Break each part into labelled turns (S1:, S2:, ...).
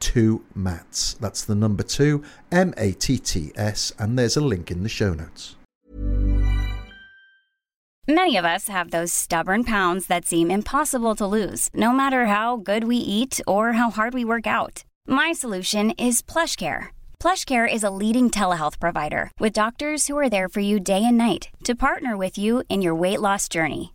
S1: two mats. That's the number two, M A T T S, and there's a link in the show notes.
S2: Many of us have those stubborn pounds that seem impossible to lose, no matter how good we eat or how hard we work out. My solution is PlushCare. PlushCare is a leading telehealth provider with doctors who are there for you day and night to partner with you in your weight loss journey.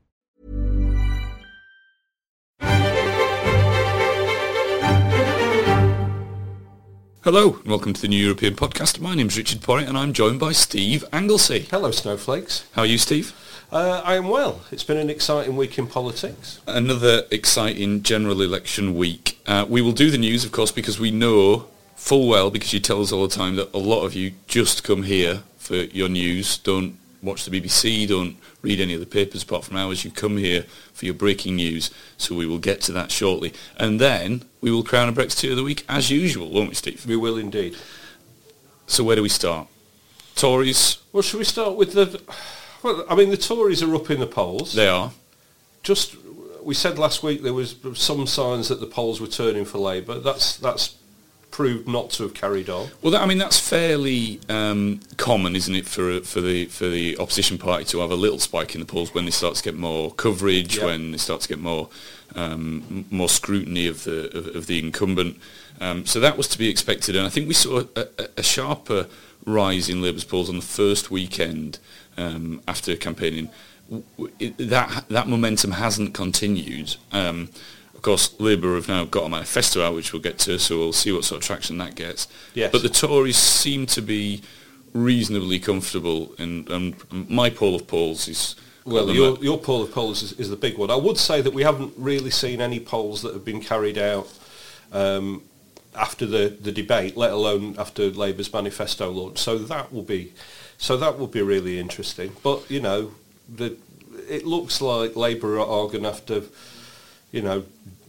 S3: Hello and welcome to the New European Podcast. My name's Richard Porritt and I'm joined by Steve Anglesey.
S4: Hello, snowflakes.
S3: How are you, Steve?
S4: Uh, I am well. It's been an exciting week in politics.
S3: Another exciting general election week. Uh, we will do the news, of course, because we know full well, because you tell us all the time, that a lot of you just come here for your news. Don't watch the BBC, don't read any of the papers apart from ours. You come here for your breaking news. So we will get to that shortly. And then we will crown a Brexiteer of the Week as usual, won't we, Steve?
S4: We will indeed.
S3: So where do we start? Tories,
S4: Well, shall we start with the? Well, I mean, the Tories are up in the polls.
S3: they are.
S4: Just we said last week there was some signs that the polls were turning for Labour. That's that's proved not to have carried on.
S3: Well, that, I mean that's fairly um, common, isn't it, for for the for the opposition party to have a little spike in the polls when they start to get more coverage,
S4: Yeah.
S3: when they start to get more um, m- more scrutiny of the of, of the incumbent. Um, so that was to be expected, and I think we saw a, a, a sharper rise in Labour's polls on the first weekend um, after campaigning. W- w- it- That that momentum hasn't continued. Um, of course, Labour have now got a manifesto out, which we'll get to, so we'll see what sort of traction that gets.
S4: Yes.
S3: But the Tories seem to be reasonably comfortable, and, and my poll of polls is
S4: Well, your, your poll of polls is, is the big one. I would say that we haven't really seen any polls that have been carried out um, after the, the debate, let alone after Labour's manifesto launch. So that will be so that will be really interesting. But you know, the, it looks like Labour are going to have to, you know,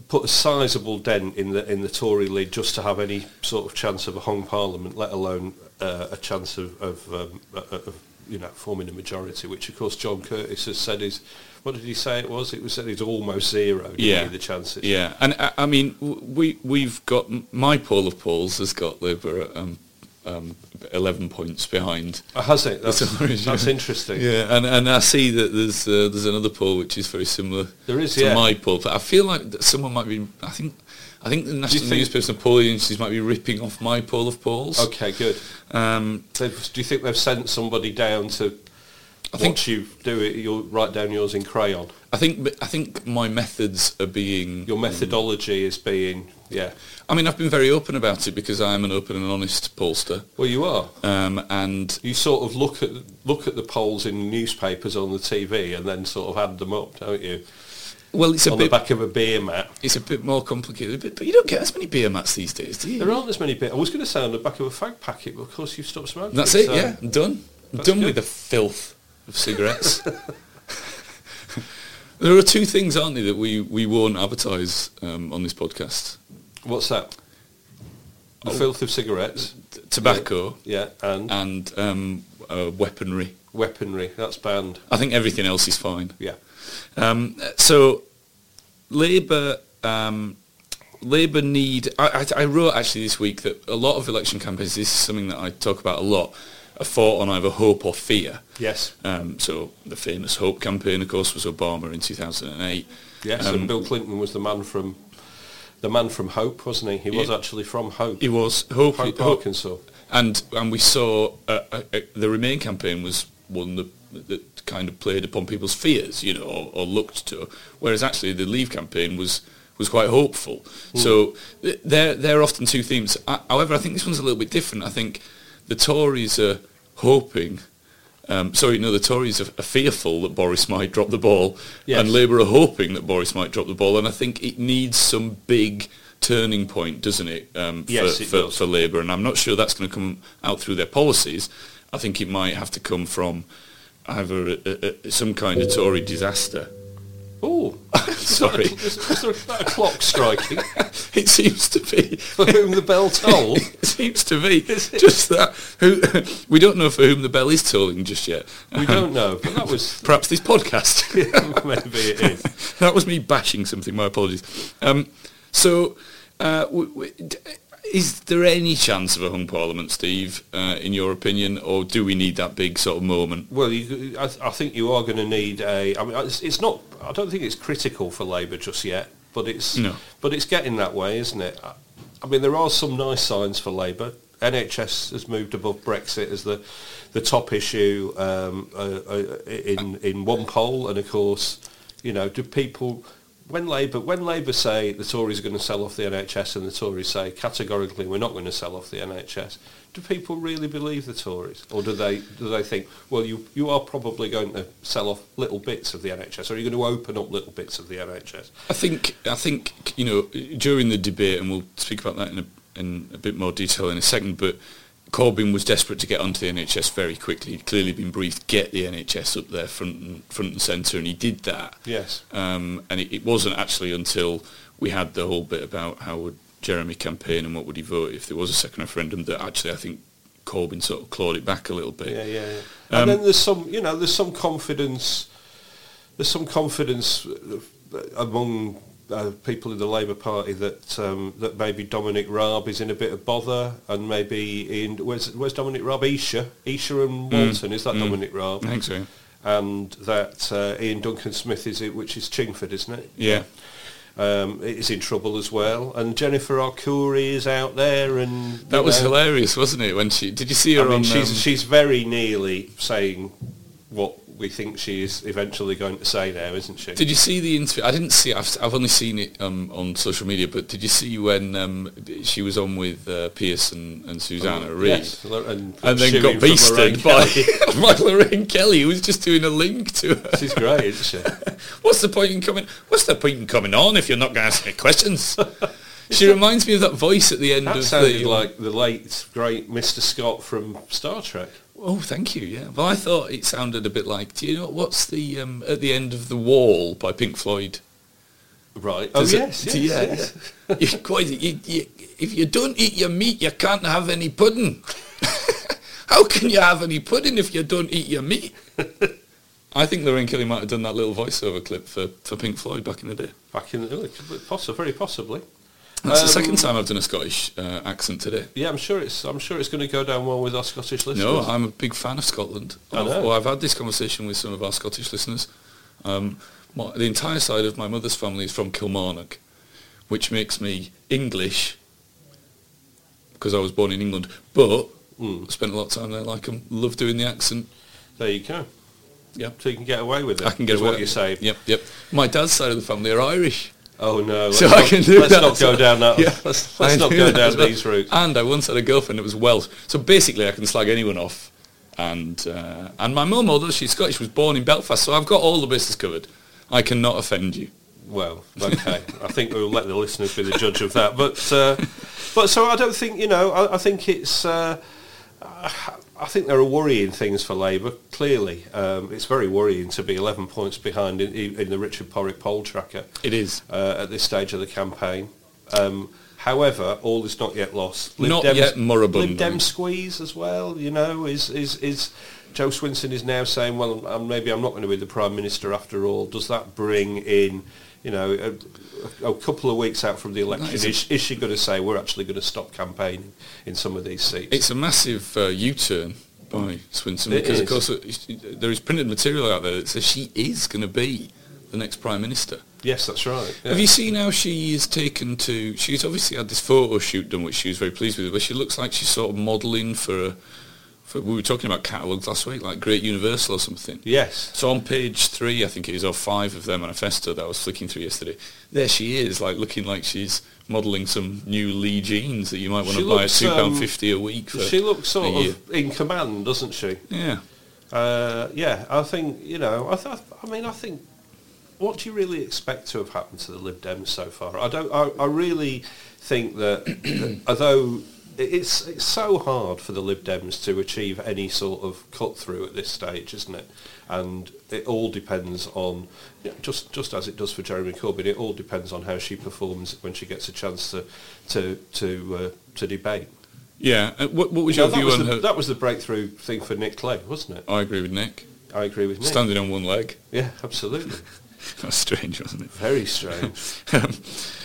S4: put a sizable dent in the in the Tory lead just to have any sort of chance of a hung parliament, let alone uh, a chance of, of, um, uh, of you know forming a majority. Which of course John Curtis has said is what did he say it was? It was said it's almost zero. didn't he, the chances.
S3: Yeah, and uh, I, I mean, w- we we've got my poll of polls has got Labour at um, um, eleven points behind.
S4: Oh, has it? That's,
S3: Tories, yeah.
S4: that's interesting.
S3: Yeah, and, and I see that there's uh, there's another poll which is very similar.
S4: There is,
S3: to
S4: yeah.
S3: my poll, but I feel like that someone might be. I think I think the national
S4: think-
S3: newspapers and polling agencies might be ripping off my poll of polls.
S4: Okay, good.
S3: Um,
S4: They've, do you think they've sent somebody down to
S3: I think
S4: watch you do it? You'll write down yours in crayon.
S3: I think I think my methods are being
S4: Your methodology is being, yeah.
S3: I mean, I've been very open about it because I'm an open and honest pollster,
S4: Well, you are.
S3: um, and
S4: You sort of look at look at the polls in newspapers on the TV and then sort of add them up, don't you?
S3: well, it's a
S4: on
S3: bit
S4: the back of a beer mat.
S3: it's a bit more complicated. But, but you don't get as many beer mats these days, do you?
S4: There aren't as many beer. I was going to say on the back of a fag packet, but of course you've stopped smoking.
S3: That's it.
S4: so-
S3: Yeah, I'm done. I'm done
S4: good.
S3: with the filth of cigarettes. There are two things, aren't there, that we, we won't advertise um, on this podcast.
S4: What's that?
S3: Oh.
S4: The filth of cigarettes,
S3: T- tobacco
S4: yeah, and
S3: and um, uh, weaponry.
S4: weaponry. That's banned.
S3: I think everything else is fine.
S4: Yeah.
S3: Um, so Labour um, Labour need. I, I, I wrote actually this week that a lot of election campaigns. This is something that I talk about a lot. Are fought on either hope or fear.
S4: Yes.
S3: Um, so the famous hope campaign, of course, was Obama in 2008.
S4: Yes.
S3: Um,
S4: and Bill Clinton was the man from the man from Hope, wasn't he? He was actually from Hope.
S3: It was hope,
S4: Hope,
S3: hope-
S4: Arkansas.
S3: and and we saw uh, uh, uh, the Remain campaign was one that, that kind of played upon people's fears, you know, or, or looked to, whereas actually the Leave campaign was was quite hopeful. So th- they're they're often two themes. I, however, I think this one's a little bit different. I think the Tories are hoping. Um, sorry, no, the Tories are, are fearful that Boris might drop the ball,
S4: Yes.
S3: and Labour are hoping that Boris might drop the ball, and I think it needs some big turning point, doesn't it, um,
S4: Yes,
S3: for,
S4: it
S3: for,
S4: does.
S3: for Labour, and I'm not sure that's going to come out through their policies. I think it might have to come from either a, a, a, some kind of Tory disaster.
S4: Oh,
S3: Sorry.
S4: is, is there that a clock striking
S3: It seems to be.
S4: for whom the bell toll?
S3: It seems to be just that. Who we don't know for whom the bell is tolling just yet.
S4: We don't know, but that was
S3: Perhaps this podcast.
S4: maybe it is.
S3: that was me bashing something. My apologies. Um, so, uh, w- w- d- is there any chance of a hung parliament, Steve? Uh, in your opinion, or do we need that big sort of moment?
S4: Well, you, I, I think you are going to need a. I mean, it's, it's not. I don't think it's critical for Labour just yet, but it's.
S3: No.
S4: But it's getting that way, isn't it? I, I mean, there are some nice signs for Labour. NHS has moved above Brexit as the the top issue um, uh, uh, in in one poll, and of course, you know, do people. When Labour, when Labour say the Tories are going to sell off the NHS and the Tories say categorically we're not going to sell off the NHS, do people really believe the Tories, or do they do they think well you you are probably going to sell off little bits of the NHS, or are you going to open up little bits of the NHS?
S3: I think I think you know during the debate, and we'll speak about that in a, in a bit more detail in a second. But Corbyn was desperate to get onto the NHS very quickly. He'd clearly been briefed, get the NHS up there front and front and centre, and he did that.
S4: Yes.
S3: Um, and it, it wasn't actually until we had the whole bit about how would Jeremy campaign and what would he vote if there was a second referendum that actually I think Corbyn sort of clawed it back a little bit.
S4: Yeah, yeah. yeah.
S3: Um,
S4: and then there's some, you know, there's some confidence. There's some confidence uh, among uh, people in the Labour Party that um, that maybe Dominic Raab is in a bit of bother, and maybe in where's where's Dominic Raab? Isha, Isha and Walton. Is that Dominic Raab?
S3: Mm, I think so.
S4: And that uh, Ian Duncan Smith is it, which is Chingford, isn't it?
S3: Yeah.
S4: Um, is in trouble as well, and Jennifer Arcuri is out there, and you
S3: That was
S4: know,
S3: hilarious, wasn't it? When she did you see her
S4: I mean,
S3: on
S4: she's
S3: um,
S4: she's very nearly saying what we think she is eventually going to say now, isn't she?
S3: Did you see the interview? I didn't see. I've, I've only seen it um, on social media. But did you see when um, she was on with uh, Pierce and, and Susanna Reid,
S4: Oh, Yes, Lo- and,
S3: and then
S4: shooting
S3: got
S4: from
S3: beasted
S4: Lorraine
S3: by,
S4: Kelly.
S3: by Lorraine Kelly, who was just doing a link to her?
S4: She's great, isn't she?
S3: What's the point in coming? What's the point in coming on if you're not going to ask me questions? she reminds me of that voice at the end
S4: That
S3: of
S4: sounded
S3: the
S4: like the late great Mr. Scott from Star Trek.
S3: Oh, thank you. Yeah, well, I thought it sounded a bit like. Do you know what's the um, at the end of the wall by Pink Floyd?
S4: Right. Oh
S3: Does it-
S4: yes, yes,
S3: do- yeah,
S4: yes.
S3: yeah. You quite- you- you- if you don't eat your meat, you can't have any pudding. How can you have any pudding if you don't eat your meat? I think Lorraine Kelly might have done that little voiceover clip for, for Pink Floyd back in the day.
S4: Back in the possibly, very possibly.
S3: That's the
S4: Um,
S3: second time I've done a Scottish uh, accent today.
S4: Yeah, I'm sure it's I'm sure it's going to go down well with our Scottish listeners.
S3: No, I'm a big fan of Scotland.
S4: I
S3: I've,
S4: know.
S3: well, I've had this conversation with some of our Scottish listeners. Um, my, the entire side of my mother's family is from Kilmarnock, which makes me English because I was born in England, but
S4: Hmm.
S3: spent a lot of time there. Like, I love doing the accent.
S4: there you go.
S3: Yeah.
S4: So you can get away with it.
S3: I can get
S4: is
S3: away.
S4: What you say?
S3: Yep, yep. My dad's side of the family are Irish.
S4: Oh no. Let's
S3: So
S4: not,
S3: I can do
S4: let's
S3: that.
S4: not go down that.
S3: Yeah.
S4: Let's,
S3: I
S4: let's not
S3: do
S4: go
S3: that
S4: down
S3: as well.
S4: these routes.
S3: And I once had a girlfriend that was Welsh. So basically, I can slag anyone off. And uh, and my mum, although she's Scottish, was born in Belfast, so I've got all the bases covered. I cannot offend you.
S4: Well, okay. I think we'll let the listeners be the judge of that. But uh, but so I don't think you know. I, I think it's. Uh, I- I think there are worrying things for Labour. Clearly, um, it's very worrying to be 11 points behind in, in the Richard Porritt poll tracker.
S3: It is.
S4: uh, at this stage of the campaign. Um, however, all is not yet lost.
S3: Not yet moribund.
S4: Lib Dem squeeze as well. You know, is is is Joe Swinson is now saying, well, um, maybe I'm not going to be the prime minister after all. Does that bring in, you know? A, a couple of weeks out from the election,
S3: is
S4: is,
S3: a-
S4: is she going to say we're actually going to stop campaigning in some of these seats?
S3: It's a massive uh, U-turn by Swinson
S4: It
S3: because, of
S4: is.
S3: course, uh, there is printed material out there that says she is going to be the next prime minister.
S4: yes, that's right. yeah.
S3: Have you seen how she is taken to? She's obviously had this photo shoot done, which she was very pleased with, but she looks like she's sort of modelling for. a- For, we were talking about catalogues last week, like Great Universal or something.
S4: Yes,
S3: So on page three, I think it is, or five of their manifesto that I was flicking through yesterday, there she is, like looking like she's modelling some new Lee jeans that you might want
S4: She
S3: to buy at
S4: looks,
S3: two pound
S4: um,
S3: fifty a week. For
S4: she looks
S3: a
S4: sort
S3: year.
S4: of in command, doesn't she?
S3: yeah.
S4: Uh, yeah, I think you know. I, th- I mean, I think what do you really expect to have happened to the Lib Dems so far? I don't. I, I really think that, that although it's it's so hard for the Lib Dems to achieve any sort of cut through at this stage, isn't it? And it all depends on you know, just just as it does for Jeremy Corbyn. It all depends on how she performs when she gets a chance to to to uh, to debate.
S3: Yeah. Uh, What, what was
S4: You
S3: your
S4: know, that,
S3: view
S4: was
S3: on
S4: the,
S3: her?
S4: that was the breakthrough thing for Nick Clegg, wasn't it?
S3: I agree with Nick.
S4: I agree with Nick.
S3: Standing on one leg.
S4: Yeah, absolutely.
S3: That was strange, wasn't it?
S4: Very strange.
S3: Um,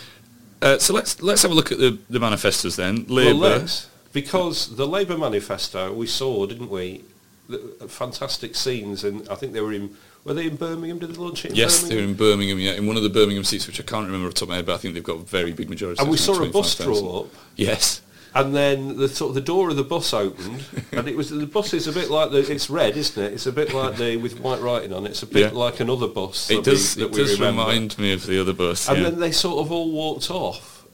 S3: uh, so let's let's have a look at the, the manifestos then.
S4: well,
S3: Labour.
S4: let's, because the Labour manifesto we saw, didn't we? The uh, fantastic scenes, and I think they were in. Were they in Birmingham? Did they launch it? In
S3: yes,
S4: Birmingham?
S3: they're in Birmingham. Yeah, in one of the Birmingham seats, which I can't remember off the top of my head, but I think they've got a very big majority.
S4: And we
S3: like
S4: saw a bus
S3: 25,000.
S4: draw up,
S3: Yes.
S4: and then the sort of the door of the bus opened, and it was the bus is a bit like the. It's red, isn't it? It's a bit like the with white writing on it. It's a bit
S3: Yeah.
S4: like another bus.
S3: It
S4: that we-
S3: does.
S4: that
S3: It
S4: we
S3: does
S4: remember.
S3: remind me of the other bus.
S4: And
S3: yeah.
S4: then they sort of all walked off,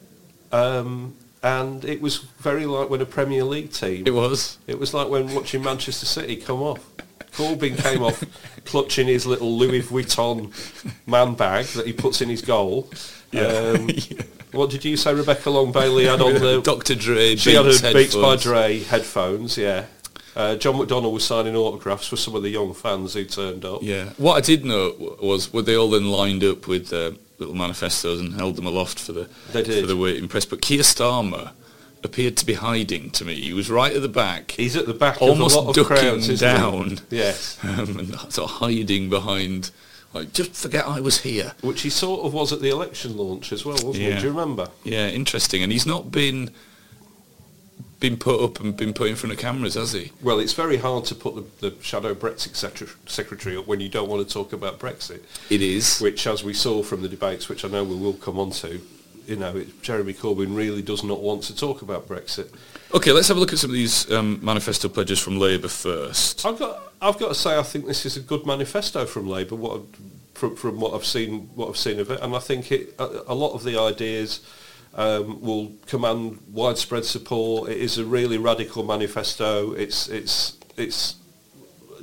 S4: um, and it was very like when a Premier League team
S3: it was.
S4: It was like when watching Manchester City come off. Corbyn came off clutching his little Louis Vuitton man bag that he puts in his goal. Um, What did you say Rebecca Long Bailey had on the...
S3: Dr. Dre.
S4: she had
S3: Beats
S4: her Beats by
S3: headphones.
S4: Dre headphones, yeah. Uh, John McDonnell was signing autographs for some of the young fans who turned up.
S3: Yeah. What I did note w- was were they all then lined up with uh, little manifestos and held them aloft for the
S4: They did.
S3: for the waiting press. But Keir Starmer appeared to be hiding to me. He was right at the back,
S4: He's at the back
S3: almost
S4: of a lot of
S3: ducking
S4: crowds, isn't he?
S3: down,
S4: Yes.
S3: um, and sort of hiding behind. Like, just forget I was here.
S4: Which he sort of was at the election launch as well, wasn't
S3: Yeah.
S4: he? Do you remember?
S3: Yeah, interesting. And he's not been been put up and been put in front of cameras, has he?
S4: Well, it's very hard to put the, the shadow Brexit secretary, secretary up when you don't want to talk about Brexit,
S3: It is.
S4: which, as we saw from the debates, which I know we will come on to, you know, it, Jeremy Corbyn really does not want to talk about Brexit.
S3: Okay, let's have a look at some of these um, manifesto pledges from Labour first.
S4: I've got, I've got to say, I think this is a good manifesto from Labour. What I- from, from what I've seen, what I've seen of it, and I think it, a, a lot of the ideas um, will command widespread support. It is a really radical manifesto. It's, it's, it's.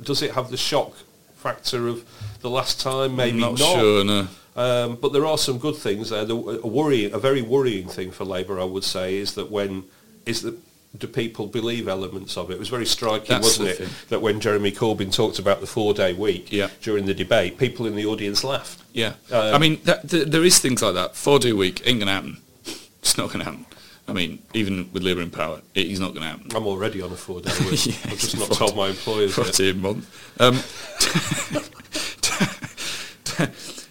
S4: Does it have the shock factor of the last time? Maybe
S3: not, sure. No.
S4: um, but there are some good things there. The, a worry, a very worrying thing for Labour, I would say, is that when is that do people believe elements of it? It was very striking,
S3: That's
S4: wasn't
S3: the
S4: it,
S3: thing.
S4: that when Jeremy Corbyn talked about the four-day week
S3: Yeah.
S4: during the debate, people in the audience laughed.
S3: Yeah.
S4: Um,
S3: I mean, that, th- there is things like that. Four day week ain't gonna happen. It's not gonna happen. I mean, even with Labour in power, it is not gonna happen.
S4: I'm already on a four-day week.
S3: Yeah,
S4: I've just not
S3: four-
S4: told my employers
S3: Four
S4: yet.
S3: day a month. Um,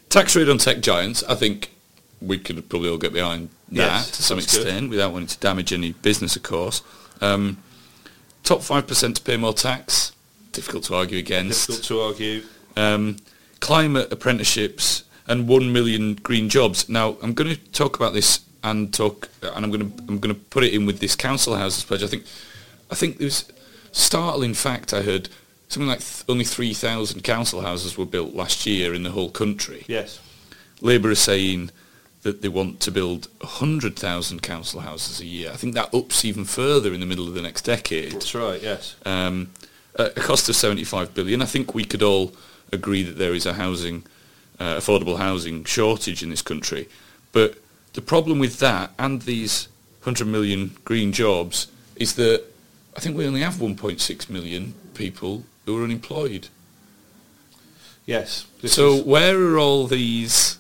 S3: tax rate on tech giants. I think we could probably all get behind that
S4: Yes,
S3: to some
S4: that's good.
S3: extent without wanting to damage any business, of course. Um, top five percent to pay more tax. Difficult to argue against
S4: Difficult to argue.
S3: um, climate apprenticeships and one million green jobs. Now I'm going to talk about this and talk, and I'm going to I'm going to put it in with this council houses pledge. I think I think there was startling fact I heard something like th- only three thousand council houses were built last year in the whole country.
S4: Yes.
S3: Labour is saying that they want to build 100,000 council houses a year. I think that ups even further in the middle of the next decade
S4: That's right, yes.
S3: um, at a cost of 75 billion. I think we could all agree that there is a housing, uh, affordable housing shortage in this country. But the problem with that and these 100 million green jobs is that I think we only have 1.6 million people who are unemployed.
S4: Yes. this
S3: So
S4: is-
S3: where are all these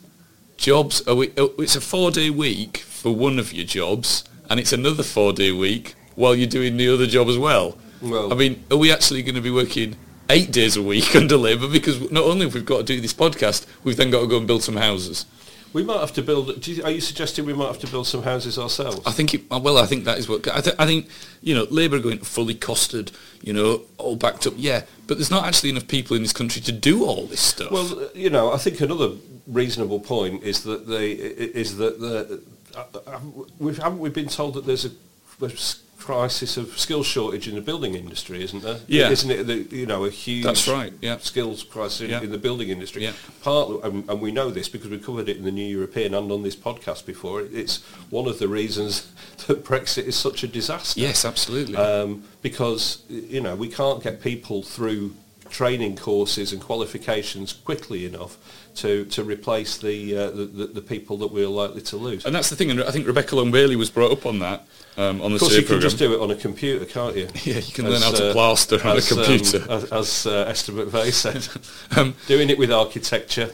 S3: jobs? Are we, oh, it's a four-day week for one of your jobs, and it's another four-day week while you're doing the other job as well.
S4: Well-
S3: I mean, are we actually going to be working eight days a week under Labour? Because not only have we got to do this podcast, we've then got to go and build some houses.
S4: we might have to build. Do you, are you suggesting we might have to build some houses ourselves?
S3: I think it, uh, well, I think that is what I, th- I think. You know, Labour going fully costed, you know, all backed up. Yeah, but there's not actually enough people in this country to do all this stuff.
S4: Well, you know, I think another reasonable point is that they is that the uh, we've, haven't we been told that there's a there's crisis of skill shortage in the building industry, isn't there?
S3: Yeah.
S4: isn't it? The, you know, a huge
S3: That's right, yeah.
S4: skills crisis in-
S3: Yeah.
S4: in the building industry.
S3: Yeah.
S4: Partly, and, and we know this because we covered it in the New European and on this podcast before. It's one of the reasons that Brexit is such a disaster
S3: yes, absolutely.
S4: um, because y- you know we can't get people through training courses and qualifications quickly enough to, to replace the, uh, the, the the people that we're likely to lose.
S3: And that's the thing, and I think Rebecca Long Bailey was brought up on that um, on the
S4: of course,
S3: SEER
S4: you can
S3: programme.
S4: just do it on a computer, can't you?
S3: Yeah, you can learn how to plaster on a
S4: as, um,
S3: computer.
S4: as as uh, Esther McVeigh said,
S3: Um,
S4: doing it with architecture,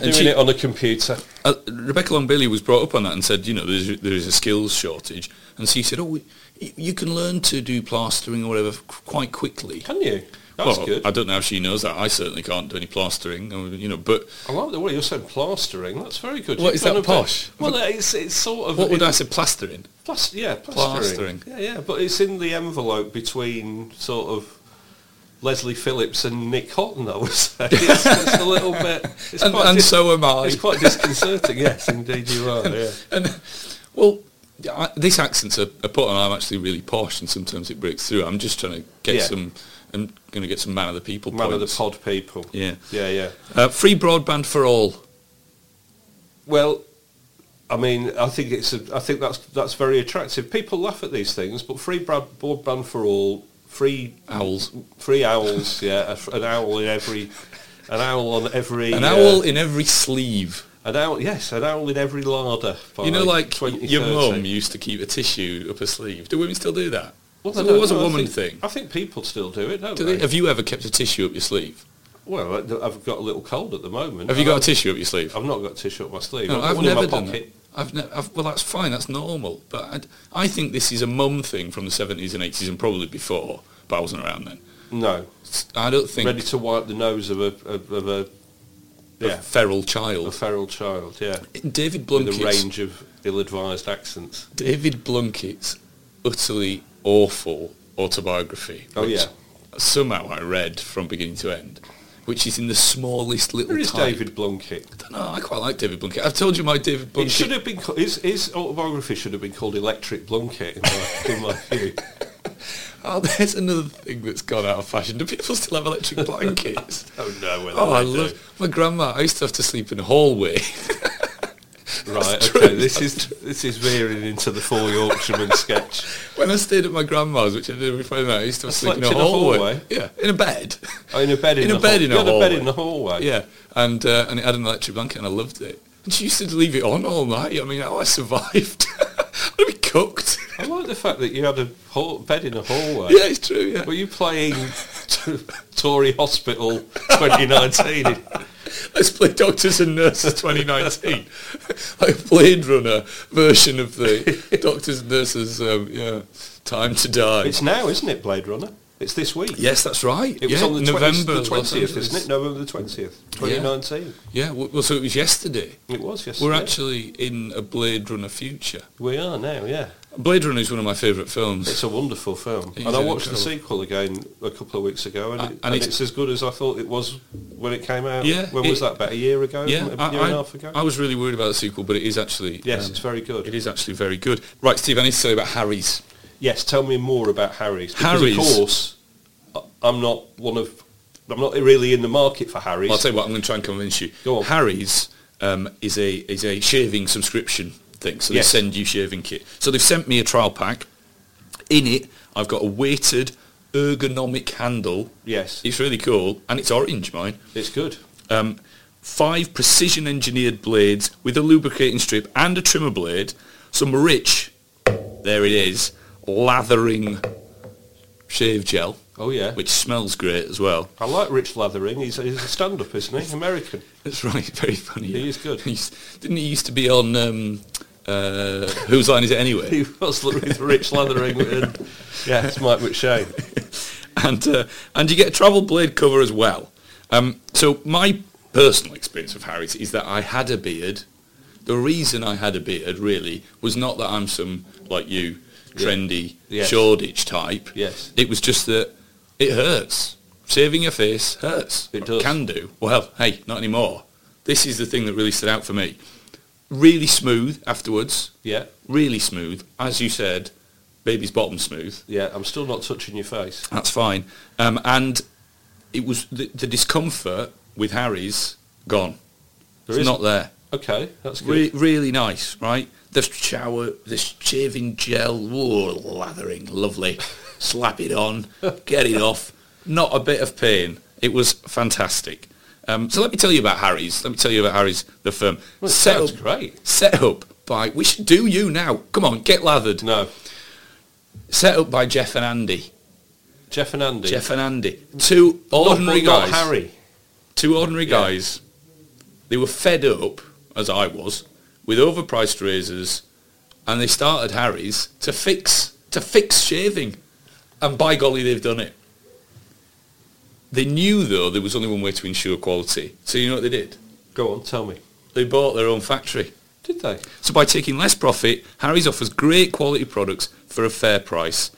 S4: doing
S3: she-
S4: it on a computer.
S3: uh, Rebecca Long Bailey was brought up on that and said, you know, there's, there is a skills shortage, and she said, oh, we, y- you can learn to do plastering or whatever qu- quite quickly.
S4: Can you? That's
S3: well,
S4: good.
S3: I
S4: I,
S3: don't know how she knows that. I certainly can't do any plastering, or, you know. But
S4: like the way you're saying plastering. That's very good.
S3: What,
S4: You've
S3: is that
S4: done a bit-
S3: posh?
S4: Well, it's it's sort of
S3: what would
S4: it-
S3: I say? Plastering.
S4: Plas- yeah, plastering.
S3: Plastering.
S4: Yeah, yeah, but it's in the envelope between sort of Leslie Phillips and Nick Houghton, I would say. It's, it's a little bit... It's
S3: And-
S4: quite
S3: and so am I.
S4: It's quite disconcerting, yes, indeed you are, yeah.
S3: And well, I, these accents are, are put on. I'm actually really posh, and sometimes it breaks through. I'm just trying to get
S4: Yeah.
S3: some. I'm going to get some man of the people.
S4: Man of the
S3: points.
S4: pod people.
S3: Yeah.
S4: Yeah, yeah.
S3: Uh, free broadband for all.
S4: Well, I mean, I think it's a, I think that's that's very attractive. People laugh at these things, but free broad- broadband for all, free
S3: Owls.
S4: free owls, yeah, a f- an owl in every an owl on every
S3: An
S4: uh,
S3: owl in every sleeve.
S4: An owl, yes, an owl in every larder. by
S3: you know, like
S4: 20,
S3: your
S4: 30.
S3: mum used to keep a tissue up her sleeve. Do women still do that?
S4: Well, I
S3: So
S4: don't
S3: it was a
S4: know, I
S3: woman
S4: think-
S3: thing.
S4: I think people still do it, don't
S3: Do
S4: they?
S3: they, have you ever kept a tissue up your sleeve?
S4: Well, I- I've got a little cold at the moment.
S3: Have you got a
S4: I've-
S3: tissue up your sleeve?
S4: I've not got a tissue up my sleeve.
S3: No, I've
S4: I've, got one
S3: never
S4: in my
S3: done
S4: pocket.
S3: that. I've never. I've, well, that's fine. That's normal. But I'd, I think this is a mum thing from the seventies and eighties and probably before. But I wasn't around then.
S4: No,
S3: S- I don't think
S4: ready to wipe the nose of a of, of a,
S3: a
S4: yeah,
S3: feral
S4: a
S3: child.
S4: feral child. Yeah,
S3: David
S4: with a
S3: Blunkett's
S4: range of ill-advised accents.
S3: David Blunkett's utterly awful autobiography.
S4: Oh,
S3: which
S4: yeah.
S3: Somehow I read from beginning to end, which is in the smallest little.
S4: Where is
S3: type.
S4: David Blunkett?
S3: I don't know. I quite like David Blunkett. I've told you my David
S4: It should
S3: Blunkett.
S4: have been ca- his, his autobiography should have been called Electric Blunkett in my, in my view.
S3: Oh, there's another thing that's gone out of fashion. Do people still have electric blankets?
S4: Oh no! Whether
S3: oh, I
S4: do.
S3: love my grandma. I used to have to sleep in a hallway.
S4: Right.
S3: true,
S4: Okay. This is this is veering into the four Yorkshireman sketch.
S3: when I stayed at my grandma's, which I did every Friday night, I used to have to sleep in a
S4: slept in a
S3: hallway.
S4: hallway?
S3: Yeah, in a bed.
S4: Oh, in a bed in,
S3: in
S4: the
S3: a bed in
S4: hall-
S3: a
S4: you had
S3: hallway.
S4: bed in the hallway.
S3: Yeah, and uh, and it had an electric blanket, and I loved it. And she used to leave it on all night. I mean, how I survived? I'd be cooked.
S4: I like the fact that you had a hall- bed in a hallway.
S3: yeah, it's true. Yeah,
S4: Were you playing t- Tory Hospital 2019?
S3: let's play Doctors and Nurses 2019, like a Blade Runner version of the Doctors and Nurses. Um, yeah, Time to Die.
S4: it's now, isn't it, Blade Runner? It's this week.
S3: yes, that's right.
S4: It was
S3: Yeah,
S4: on the
S3: November
S4: November 20th, isn't it? November the 20th, 2019.
S3: Yeah, w- well, so it was yesterday.
S4: It was yesterday.
S3: We're actually in a Blade Runner future.
S4: We are now, yeah.
S3: Blade Runner is one of my favourite films.
S4: It's a wonderful film.
S3: It is
S4: and I watched the
S3: incredible.
S4: sequel again a couple of weeks ago, and,
S3: Uh,
S4: it,
S3: and
S4: and it's,
S3: it's-
S4: as good as I thought it was when it came out.
S3: Yeah,
S4: when
S3: it-
S4: was that? About a year ago?
S3: yeah,
S4: a year
S3: I,
S4: and a
S3: I-
S4: half ago?
S3: I was really worried about the sequel, but it is actually
S4: yes,
S3: um,
S4: it's very good.
S3: it is actually very good. Right, Steve, I need to tell you about Harry's.
S4: Yes, tell me more about Harry's. Because
S3: Harry's?
S4: of course, I- I'm not one of, I'm not really in the market for Harry's.
S3: I'll tell you what, I'm going to try and convince you.
S4: Go on.
S3: Harry's um, is a is a shaving subscription thing, so
S4: Yes.
S3: they send you shaving kit. So they've sent me a trial pack. In it, I've got a weighted ergonomic handle.
S4: yes,
S3: It's really cool, and it's orange, mine.
S4: it's good.
S3: um, five precision engineered blades with a lubricating strip and a trimmer blade, some rich, there it is, lathering shave gel,
S4: Oh yeah,
S3: which smells great as well.
S4: I like Rich Leathering. He's, he's a stand-up, isn't he? American.
S3: That's right, very funny.
S4: He is good.
S3: He's, didn't he used to be on um, uh, Whose Line Is It Anyway?
S4: He was with Rich Leathering. And, yeah, it's Mike McShane.
S3: and uh, and you get a travel blade cover as well. Um, so my personal experience of Harry's is that I had a beard. The reason I had a beard really was not that I'm some like you, trendy
S4: Yes.
S3: Shoreditch type.
S4: Yes.
S3: it was just that it hurts. Shaving your face hurts.
S4: It does.
S3: Can do. Well, hey, not anymore. This is the thing that really stood out for me. Really smooth afterwards.
S4: Yeah,
S3: Really smooth, as you said. Baby's bottom smooth.
S4: yeah. I'm still not touching your face.
S3: That's fine. Um, and it was the, the discomfort with Harry's gone.
S4: There
S3: it's
S4: is-
S3: not there.
S4: Okay, that's good.
S3: Re- really nice, right? The shower, the shaving gel, whoa, lathering, lovely. Slap it on, get it off. Not a bit of pain. It was fantastic. Um, so let me tell you about Harry's. Let me tell you about Harry's, the firm.
S4: Well, it
S3: set
S4: sounds
S3: up,
S4: great.
S3: Set up by, we should do you now. Come on, get lathered.
S4: No,
S3: Set up by Jeff and Andy.
S4: Jeff and Andy.
S3: Jeff and Andy. Two
S4: Not-
S3: ordinary
S4: not
S3: guys.
S4: Harry.
S3: Two ordinary
S4: Yeah.
S3: guys. They were fed up, as I was, with overpriced razors, and they started Harry's to fix to fix shaving. And by golly, they've done it. They knew though there was only one way to ensure quality. So you know what they did?
S4: Go on, tell me.
S3: They bought their own factory.
S4: Did they?
S3: So by taking less profit, Harry's offers great quality products for a fair price.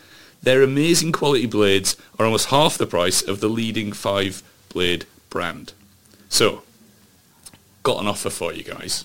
S3: Their amazing quality blades are almost half the price of the leading five blade brand. So, got an offer for you guys.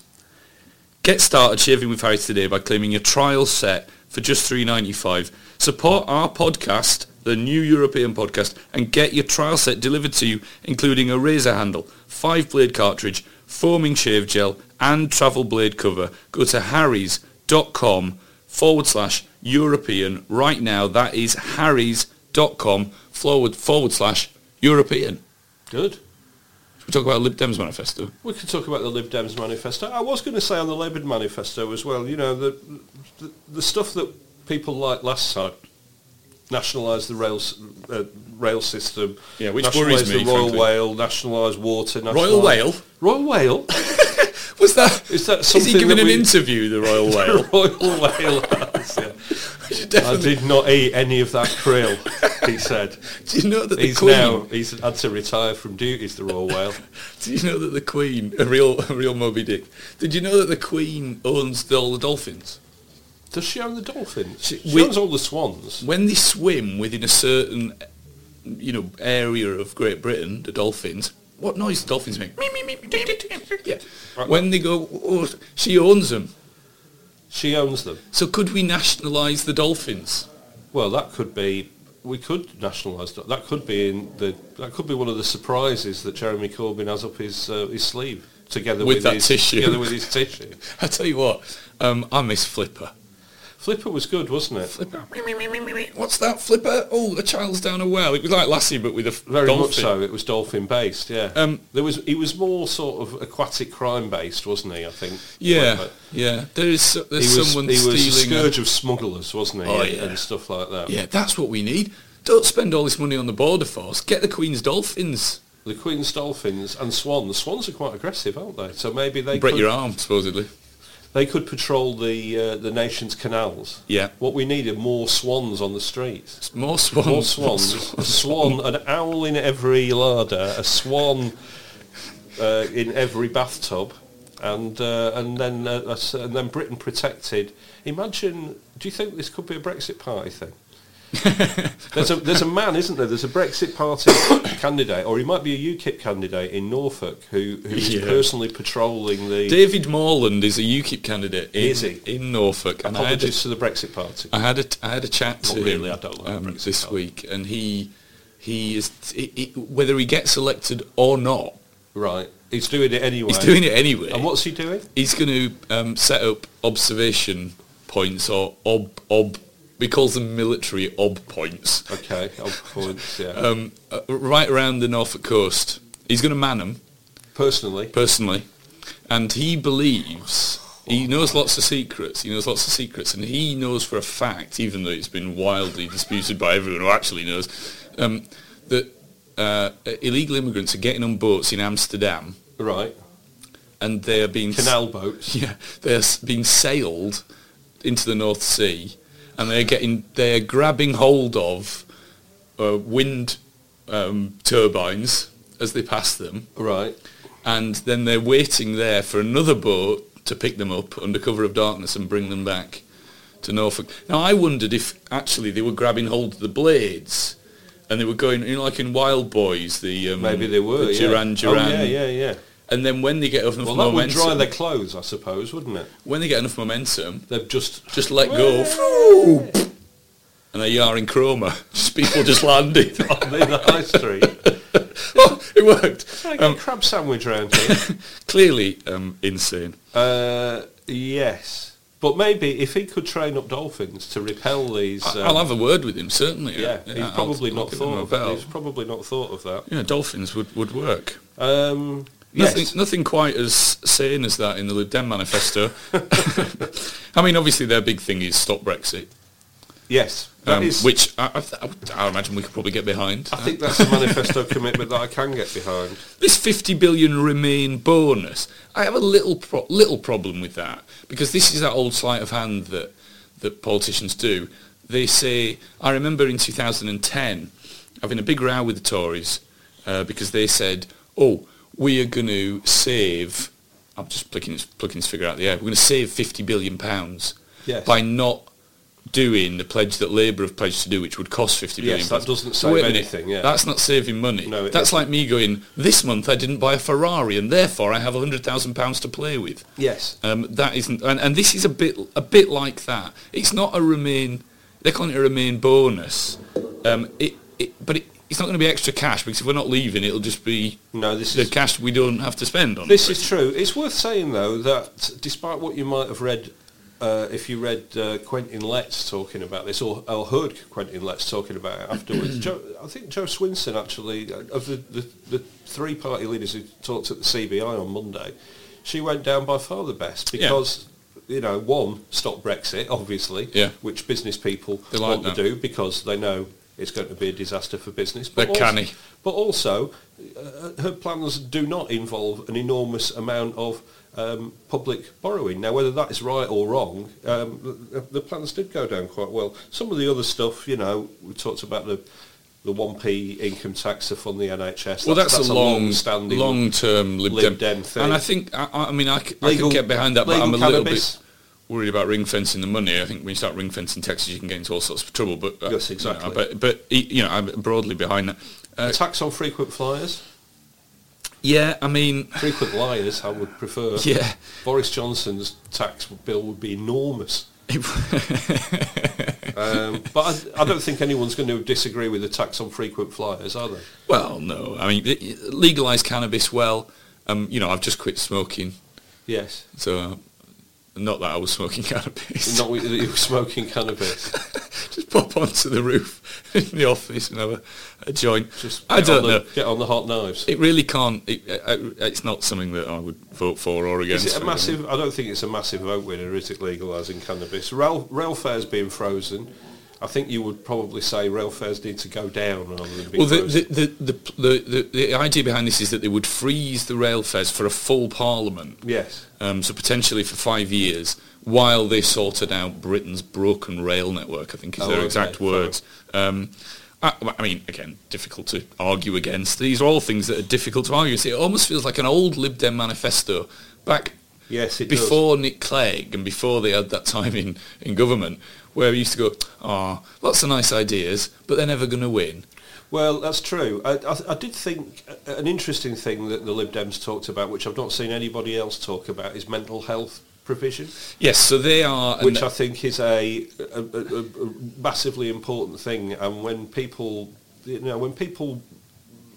S3: Get started shaving with Harry's today by claiming your trial set for just $3.95. Support our podcast, the New European Podcast, and get your trial set delivered to you, including a razor handle, five-blade cartridge, foaming shave gel, and travel blade cover. Go to harrys.com forward slash European right now. That is harrys.com forward, forward slash European.
S4: Good.
S3: Should we talk about Lib Dems manifesto?
S4: We could talk about the Lib Dems manifesto. I was going to say on the Labour manifesto as well. You know the the, the stuff that people liked last time. Nationalise the rails, uh, rail system.
S3: Yeah, which
S4: nationalise
S3: worries me,
S4: the Royal
S3: frankly.
S4: Whale. Nationalise water.
S3: Royal
S4: nationalise-
S3: Whale?
S4: Royal Whale.
S3: Was that?
S4: Is that
S3: he
S4: something
S3: giving
S4: that
S3: an
S4: we-
S3: interview, the Royal Whale?
S4: Royal Whale. That's it.
S3: We should
S4: I
S3: definitely-
S4: did not eat any of that krill. He said.
S3: Do you know that the
S4: He's
S3: Queen?
S4: now he's had to retire from duties. The Royal Whale.
S3: Do you know that the Queen, a real, a real Moby Dick? Did you know that the Queen owns the, all the dolphins?
S4: Does she own the dolphins?
S3: She-
S4: She,
S3: we-
S4: owns all the swans.
S3: When they swim within a certain, you know, area of Great Britain, the dolphins. What noise do dolphins make? Meep, meep, meep, meep, meep, meep, meep. Yeah.
S4: Right.
S3: When they go, oh, she owns them.
S4: She owns them.
S3: So could we nationalise the dolphins?
S4: Well, that could be. We could nationalise that. That could be in the. That could be one of the surprises that Jeremy Corbyn has up his uh, his sleeve, together
S3: With
S4: with,
S3: that
S4: his,
S3: tissue.
S4: Together with his tissue.
S3: I tell you what, um, I miss Flipper.
S4: Flipper was good, wasn't it?
S3: Flipper. What's that, Flipper? Oh, the child's down a well. It was like Lassie, but with a f-
S4: Very
S3: dolphin.
S4: much so. It was dolphin based. Yeah.
S3: Um,
S4: there was. He was more sort of aquatic crime based, wasn't he? I think.
S3: Yeah,
S4: Flipper.
S3: yeah. There is so-
S4: He
S3: there's
S4: was,
S3: someone
S4: he was a
S3: stealing. a-
S4: scourge of smugglers, wasn't he?
S3: Oh,
S4: and,
S3: yeah.
S4: and stuff like that.
S3: yeah, that's what we need. Don't spend all this money on the border force. Get the Queen's dolphins.
S4: The Queen's dolphins and swans. Swans are quite aggressive, aren't they? So maybe they
S3: Break
S4: could,
S3: your arm, supposedly.
S4: They could patrol the uh, the nation's canals.
S3: Yeah.
S4: What we need are more swans on the streets.
S3: It's more swans.
S4: More swans. a swan, an owl in every larder, a swan uh, in every bathtub, and uh, and then uh, that's- and then Britain protected. Imagine. Do you think this could be a Brexit party thing? there's a there's a man, isn't there? There's a Brexit party candidate, or he might be a UKIP candidate in Norfolk who who is
S3: Yeah.
S4: personally patrolling the.
S3: David Morland is a UKIP candidate in,
S4: Is he?
S3: in Norfolk. And I had, a,
S4: Apologies to the Brexit party.
S3: I, had a, I had a chat
S4: Not
S3: to
S4: really,
S3: him um,
S4: I don't like Brexit
S3: this
S4: party.
S3: week, and he he is he, he- whether he gets elected or not,
S4: Right. He's doing it anyway.
S3: he's doing it anyway.
S4: And what's he doing?
S3: he's going to um, set up observation points or ob ob. We call them military ob points
S4: Okay. Oh, points, yeah.
S3: um, uh, right around the Norfolk coast. He's going to man them
S4: Personally,
S3: personally, and he believes He knows lots of secrets. He knows lots of secrets, and he knows for a fact, even though it's been wildly disputed by everyone who actually knows, um, that uh, illegal immigrants are getting on boats in Amsterdam
S4: Right.
S3: and they are being
S4: Canal boats.
S3: yeah, they're s- being sailed into the North Sea, and they're getting they're grabbing hold of uh, wind um, turbines as they pass them,
S4: Right.
S3: and then they're waiting there for another boat to pick them up under cover of darkness and bring them back to Norfolk. Now I wondered if actually they were grabbing hold of the blades. And they were going, you know, like in Wild Boys, the um,
S4: Maybe they were.
S3: the
S4: yeah.
S3: Duran Duran.
S4: Oh, yeah, yeah, yeah.
S3: And then when they get enough
S4: Well, that would
S3: momentum,
S4: dry their clothes, I suppose, wouldn't it?
S3: when they get enough momentum,
S4: They've just
S3: just let go, and they are in chroma. Just people just landing.
S4: on the high street.
S3: oh, it worked.
S4: Can I get
S3: Um,
S4: a crab sandwich round here?
S3: clearly um, insane.
S4: Uh, yes, but maybe if he could train up dolphins to repel these,
S3: I-
S4: uh,
S3: I'll have a word with him certainly.
S4: yeah,
S3: I'll-
S4: he's probably
S3: I'll
S4: not
S3: give him a
S4: thought. Of,
S3: bell.
S4: he's probably not thought of that.
S3: Yeah, dolphins would, would work.
S4: Um,
S3: Nothing,
S4: yes,
S3: nothing quite as sane as that in the Lib Dem manifesto. I mean, obviously their big thing is stop Brexit,
S4: yes, that
S3: um,
S4: is.
S3: which I, I, th- I would- I imagine we could probably get behind.
S4: I think that's a manifesto commitment that I can get behind.
S3: This 50 billion remain bonus, I have a little pro- little problem with that because this is that old sleight of hand that that politicians do. They say, I remember in 2010 having a big row with the Tories uh, because they said, oh, we are going to save, I'm just plucking this, plucking this figure out of the air, we're going to save 50 billion pounds
S4: Yes.
S3: by not doing the pledge that Labour have pledged to do, which would cost 50 billion.
S4: Yes, that
S3: pounds."
S4: doesn't
S3: So wait
S4: save
S3: a minute,
S4: anything, yeah.
S3: That's not saving money.
S4: No, it
S3: That's
S4: isn't.
S3: like me going, this month I didn't buy a Ferrari and therefore I have £100,000 to play with.
S4: Yes,
S3: Um, that isn't, and, and this is a bit a bit like that. It's not a remain. They're calling it a remain bonus. Um, it, it, but it, it's not going to be extra cash because if we're not leaving, it'll just be
S4: no, Hmm. this
S3: the
S4: is
S3: cash we don't have to spend on.
S4: This
S3: it.
S4: is true. It's worth saying though that despite what you might have read, uh, if you read uh, Quentin Letts talking about this, or, or heard Quentin Letts talking about it afterwards, Joe, I think Joe Swinson actually uh, of the, the, the three party leaders who talked at the CBI on Monday, she went down by far the best
S3: Yeah.
S4: because. You know, one stop Brexit, obviously,
S3: Yeah.
S4: which business people
S3: They like
S4: want
S3: that.
S4: to do because they know it's going to be a disaster for business.
S3: They're canny.
S4: Also, but also, uh, her plans do not involve an enormous amount of um, public borrowing. Now, whether that is right or wrong, um, the, the plans did go down quite well. Some of the other stuff, you know, we talked about the the 1p income tax to fund the NHS.
S3: Well, that's, a long,
S4: standing
S3: long-term Lib,
S4: Lib
S3: Dem.
S4: Dem thing.
S3: And I think, I, I I mean, I, c- I
S4: Legal-
S3: could get behind that, but
S4: legal
S3: I'm a little
S4: cannabis.
S3: bit worried about ring fencing the money. I think when you start ring fencing taxes, you can get into all sorts of trouble. But uh,
S4: Yes,
S3: you know,
S4: exactly.
S3: but but y- you know, I'm broadly behind that. Uh,
S4: tax on frequent flyers,
S3: yeah, I mean,
S4: frequent liars. I would prefer.
S3: Yeah.
S4: Boris Johnson's tax bill would be enormous. Um, but I, I don't think anyone's going to disagree with the tax on frequent flyers, are they?
S3: well, no. I mean, legalize cannabis. Well, um, you know, I've just quit smoking,
S4: Yes.
S3: so. Not that I was smoking cannabis.
S4: Not with- that you were smoking cannabis.
S3: just pop onto the roof in the office and have a, a joint.
S4: Just
S3: I
S4: get
S3: don't
S4: on the,
S3: know.
S4: Get on the hot knives.
S3: It really can't. It, I, I- it's not something that I would vote for or against.
S4: Is it a massive? I don't think it's a massive vote winner. Is it legalising cannabis? Rail, rail fares being frozen. I think you would probably say rail fares need to go down rather than be
S3: Well, the
S4: frozen.
S3: the, the, the, the, the the idea behind this is that they would freeze the rail fares for a full parliament,
S4: yes.
S3: um, so potentially for five years, while they sorted out Britain's broken rail network. I think is
S4: Oh,
S3: their
S4: okay,
S3: exact
S4: fine.
S3: words. Um, I, I mean, again, difficult to argue against. These are all things that are difficult to argue. See, it almost feels like an old Lib Dem manifesto back
S4: Yes, it does.
S3: before Nick Clegg and before they had that time in, in government where we used to go, ah, lots of nice ideas, but they're never going to win.
S4: Well, that's true. I, I, I did think uh, an interesting thing that the Lib Dems talked about, which I've not seen anybody else talk about, is mental health provision.
S3: Yes, so they are... and
S4: which I think is a, a, a, a massively important thing. And when people, you know, when people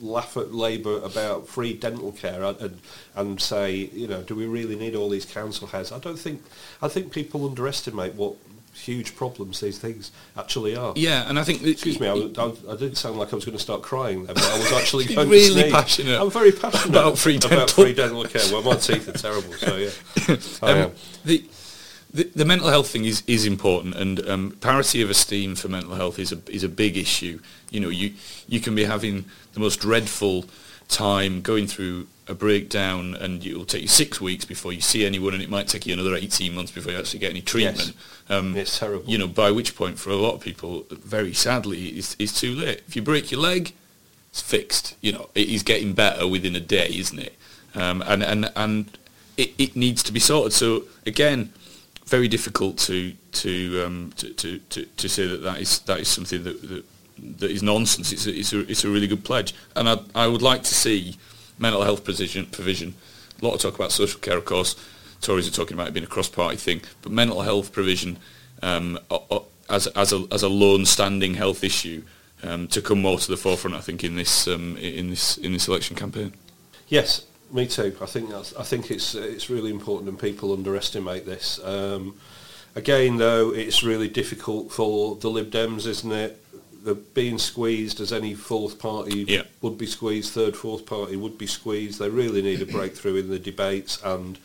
S4: laugh at Labour about free dental care and, and and say, you know, do we really need all these council houses? I don't think. I think people underestimate what huge problems these things actually are.
S3: Yeah, and I think
S4: Excuse me, I, was, I, was- I didn't sound like I was going to start crying then, but I was actually
S3: You're
S4: going to
S3: really
S4: sneeze.
S3: passionate
S4: I'm very passionate
S3: about free
S4: about
S3: dental.
S4: free dental care. Well, my teeth are terrible, so Oh, yeah, I
S3: um,
S4: am.
S3: the, the the mental health thing is, is important, and um, parity of esteem for mental health is a is a big issue. You know, you you can be having the most dreadful time going through a breakdown, and it'll take you six weeks before you see anyone, and it might take you another eighteen months before you actually get any treatment. Um,
S4: It's terrible.
S3: You know, by which point, for a lot of people, very sadly, it's, it's too late. If you break your leg, it's fixed. You know, it is getting better within a day, isn't it? Um, and and and it, it needs to be sorted. So again, very difficult to to um, to, to, to to say that that is that is something that that, that is nonsense. It's a, it's a it's a really good pledge, and I I would like to see mental health provision provision. A lot of talk about social care, of course. Tories are talking about it being a cross-party thing, but mental health provision um, o- o- as as a as a lone standing health issue um, to come more to the forefront. I think in this um, in this in this election campaign.
S4: Yes, me too. I think that's, I think it's uh, it's really important, and people underestimate this. Um, again, though, it's really difficult for the Lib Dems, isn't it? They're being squeezed as any fourth party
S3: Yeah.
S4: would be squeezed, third, fourth party would be squeezed. They really need a breakthrough in the debates and.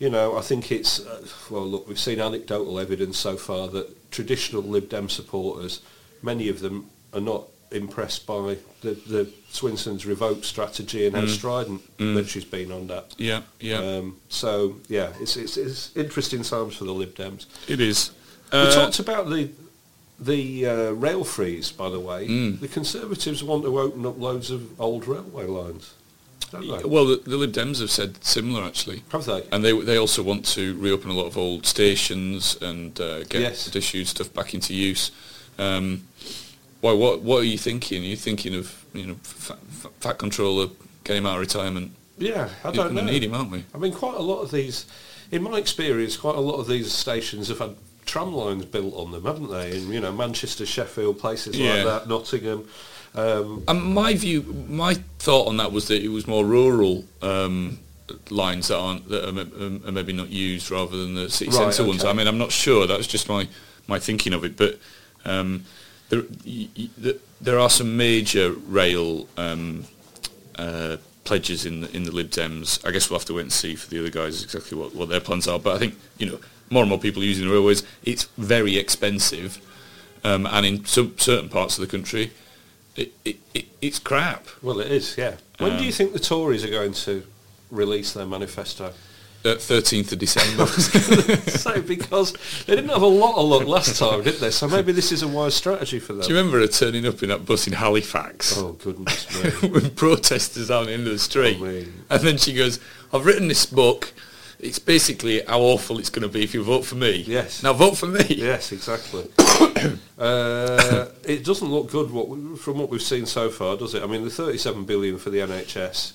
S4: You know, I think it's, uh, well, look, we've seen anecdotal evidence so far that traditional Lib Dem supporters, many of them are not impressed by the, the Swinson's revoked strategy and how strident that she's been on that.
S3: Yeah, Mm. yeah,
S4: Um, so, yeah, it's, it's, it's interesting times for the Lib Dems.
S3: it is.
S4: we
S3: Uh,
S4: talked about the the uh, rail freeze, by the way.
S3: Hmm.
S4: The Conservatives want to open up loads of old railway lines, don't they?
S3: well, the, the Lib Dems have said similar actually.
S4: Have they?
S3: And they they also want to reopen a lot of old stations and uh, get
S4: Yes.
S3: disused stuff back into use. Um, why? What? What are you thinking? Are you thinking of you know fat, fat, fat controller getting him out of retirement?
S4: yeah, I
S3: We're
S4: don't
S3: gonna
S4: know.
S3: need him, aren't we?
S4: I mean, quite a lot of these, in my experience, quite a lot of these stations have had tram lines built on them, haven't they? In you know Manchester, Sheffield, places
S3: Yeah.
S4: like that, Nottingham. Um,
S3: And my view, my thought on that was that it was more rural um, lines that aren't that are, m- are maybe not used rather than the city
S4: Right,
S3: centre ones.
S4: okay.
S3: I mean, I'm not sure. That's just my my thinking of it. But um, there y- y- th- there are some major rail um, uh, pledges in the, in the Lib Dems. I guess we'll have to wait and see for the other guys exactly what, what their plans are. But I think you know more and more people are using the railways. It's very expensive, um, and in some certain parts of the country, it, it, it it's crap.
S4: well, it is, yeah. When
S3: Um,
S4: do you think the Tories are going to release their manifesto?
S3: Thirteenth of December.
S4: so because they didn't have a lot of luck last time, did they? So maybe this is a wise strategy for them.
S3: Do you remember her turning up in that bus in Halifax?
S4: oh goodness me!
S3: when protesters down into the street.
S4: Oh, me.
S3: and then she goes, I've written this book. It's basically how awful it's going to be if you vote for me.
S4: Yes.
S3: Now vote for me.
S4: Yes, exactly. uh, it doesn't look good what we, from what we've seen so far, does it? I mean, the 37 billion for the NHS.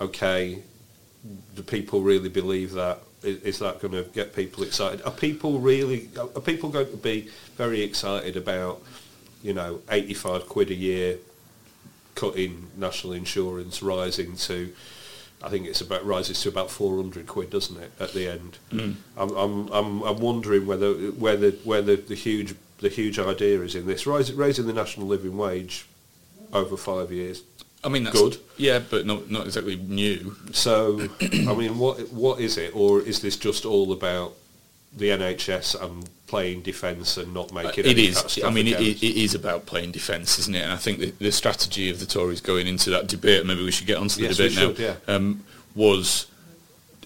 S4: Okay, do people really believe that? I- Is, that going to get people excited? Are people really? Are people going to be very excited about you know 85 quid a year cutting national insurance rising to? I think it's about rises to about 400 quid, doesn't it? At the end, I'm, I'm, I'm, I'm wondering whether where the where the, the huge the huge idea is in this Rise, raising the national living wage over five years.
S3: I mean, that's
S4: Good.
S3: Yeah, but not, not exactly new.
S4: So, I mean, what what is it, or is this just all about the NHS and playing defence and not making
S3: Uh, it
S4: any
S3: is. I
S4: catastrophic
S3: mean, it, it,
S4: errors?
S3: it is about playing defence, isn't it? And I think the, the strategy of the Tories going into that debate, maybe we should get onto the
S4: Yes, we
S3: debate
S4: should,
S3: now,
S4: yeah.
S3: um, was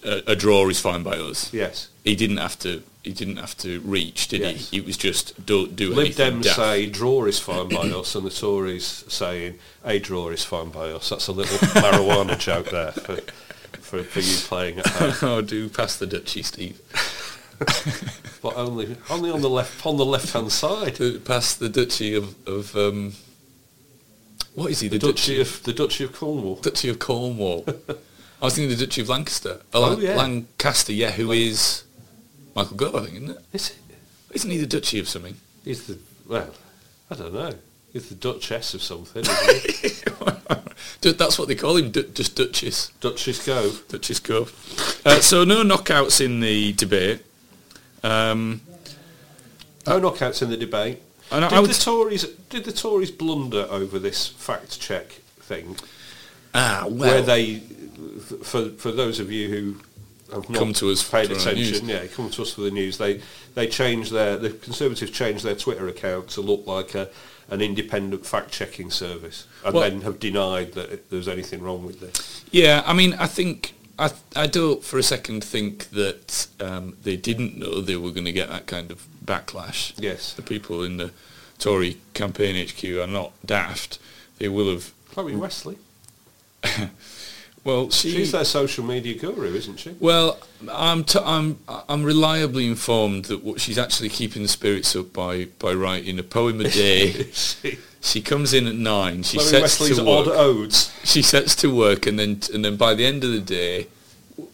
S3: uh, a draw is fine by us.
S4: yes.
S3: he didn't have to he didn't have to reach did
S4: Yes.
S3: he it was just do, do
S4: Lib
S3: anything
S4: Dems
S3: daft.
S4: say draw is fine by us, and the Tories saying a draw is fine by us. That's a little marijuana joke there for, for, for you playing at home,
S3: oh do pass the duchy steve
S4: but only only on the left on the left hand side.
S3: Do pass the duchy of, of um what is he
S4: The Duchy of the Duchy of Cornwall.
S3: duchy of cornwall i was thinking the duchy of lancaster oh, Lan-
S4: yeah.
S3: lancaster yeah who is michael gove i think isn't it
S4: Is it?
S3: isn't he the duchy of something
S4: He's the well, I don't know. He's the Duchess of something. Isn't he?
S3: Du- that's what they call him du- just duchess
S4: Duchess Gove.
S3: Duchess Cove. Uh, so no knockouts in the debate. Um,
S4: Oh, No knockouts in the debate.
S3: And I-
S4: did
S3: I would-
S4: the Tories did the Tories blunder over this fact check thing?
S3: Ah,
S4: where they, for for those of you who have not
S3: Come to us
S4: paid
S3: for our
S4: attention,
S3: news.
S4: yeah, come to us for the news. They they changed their the Conservatives changed their Twitter account to look like a an independent fact checking service, and
S3: Well-
S4: then have denied that there's anything wrong with this.
S3: Yeah, I mean, I think I I don't for a second think that um, they didn't know they were going to get that kind of backlash.
S4: Yes.
S3: the people in the Tory campaign HQ are not daft. They will have.
S4: Chloe Wesley,
S3: Well, Mm. she,
S4: she's their social media guru, isn't she?
S3: Well, I'm t- I'm I'm reliably informed that what she's actually keeping the spirits up by by writing a poem a day.
S4: She-
S3: she comes in at nine. She
S4: Chloe
S3: sets
S4: Wesley's
S3: to
S4: odd
S3: work.
S4: odes.
S3: she sets to work, and then and then by the end of the day,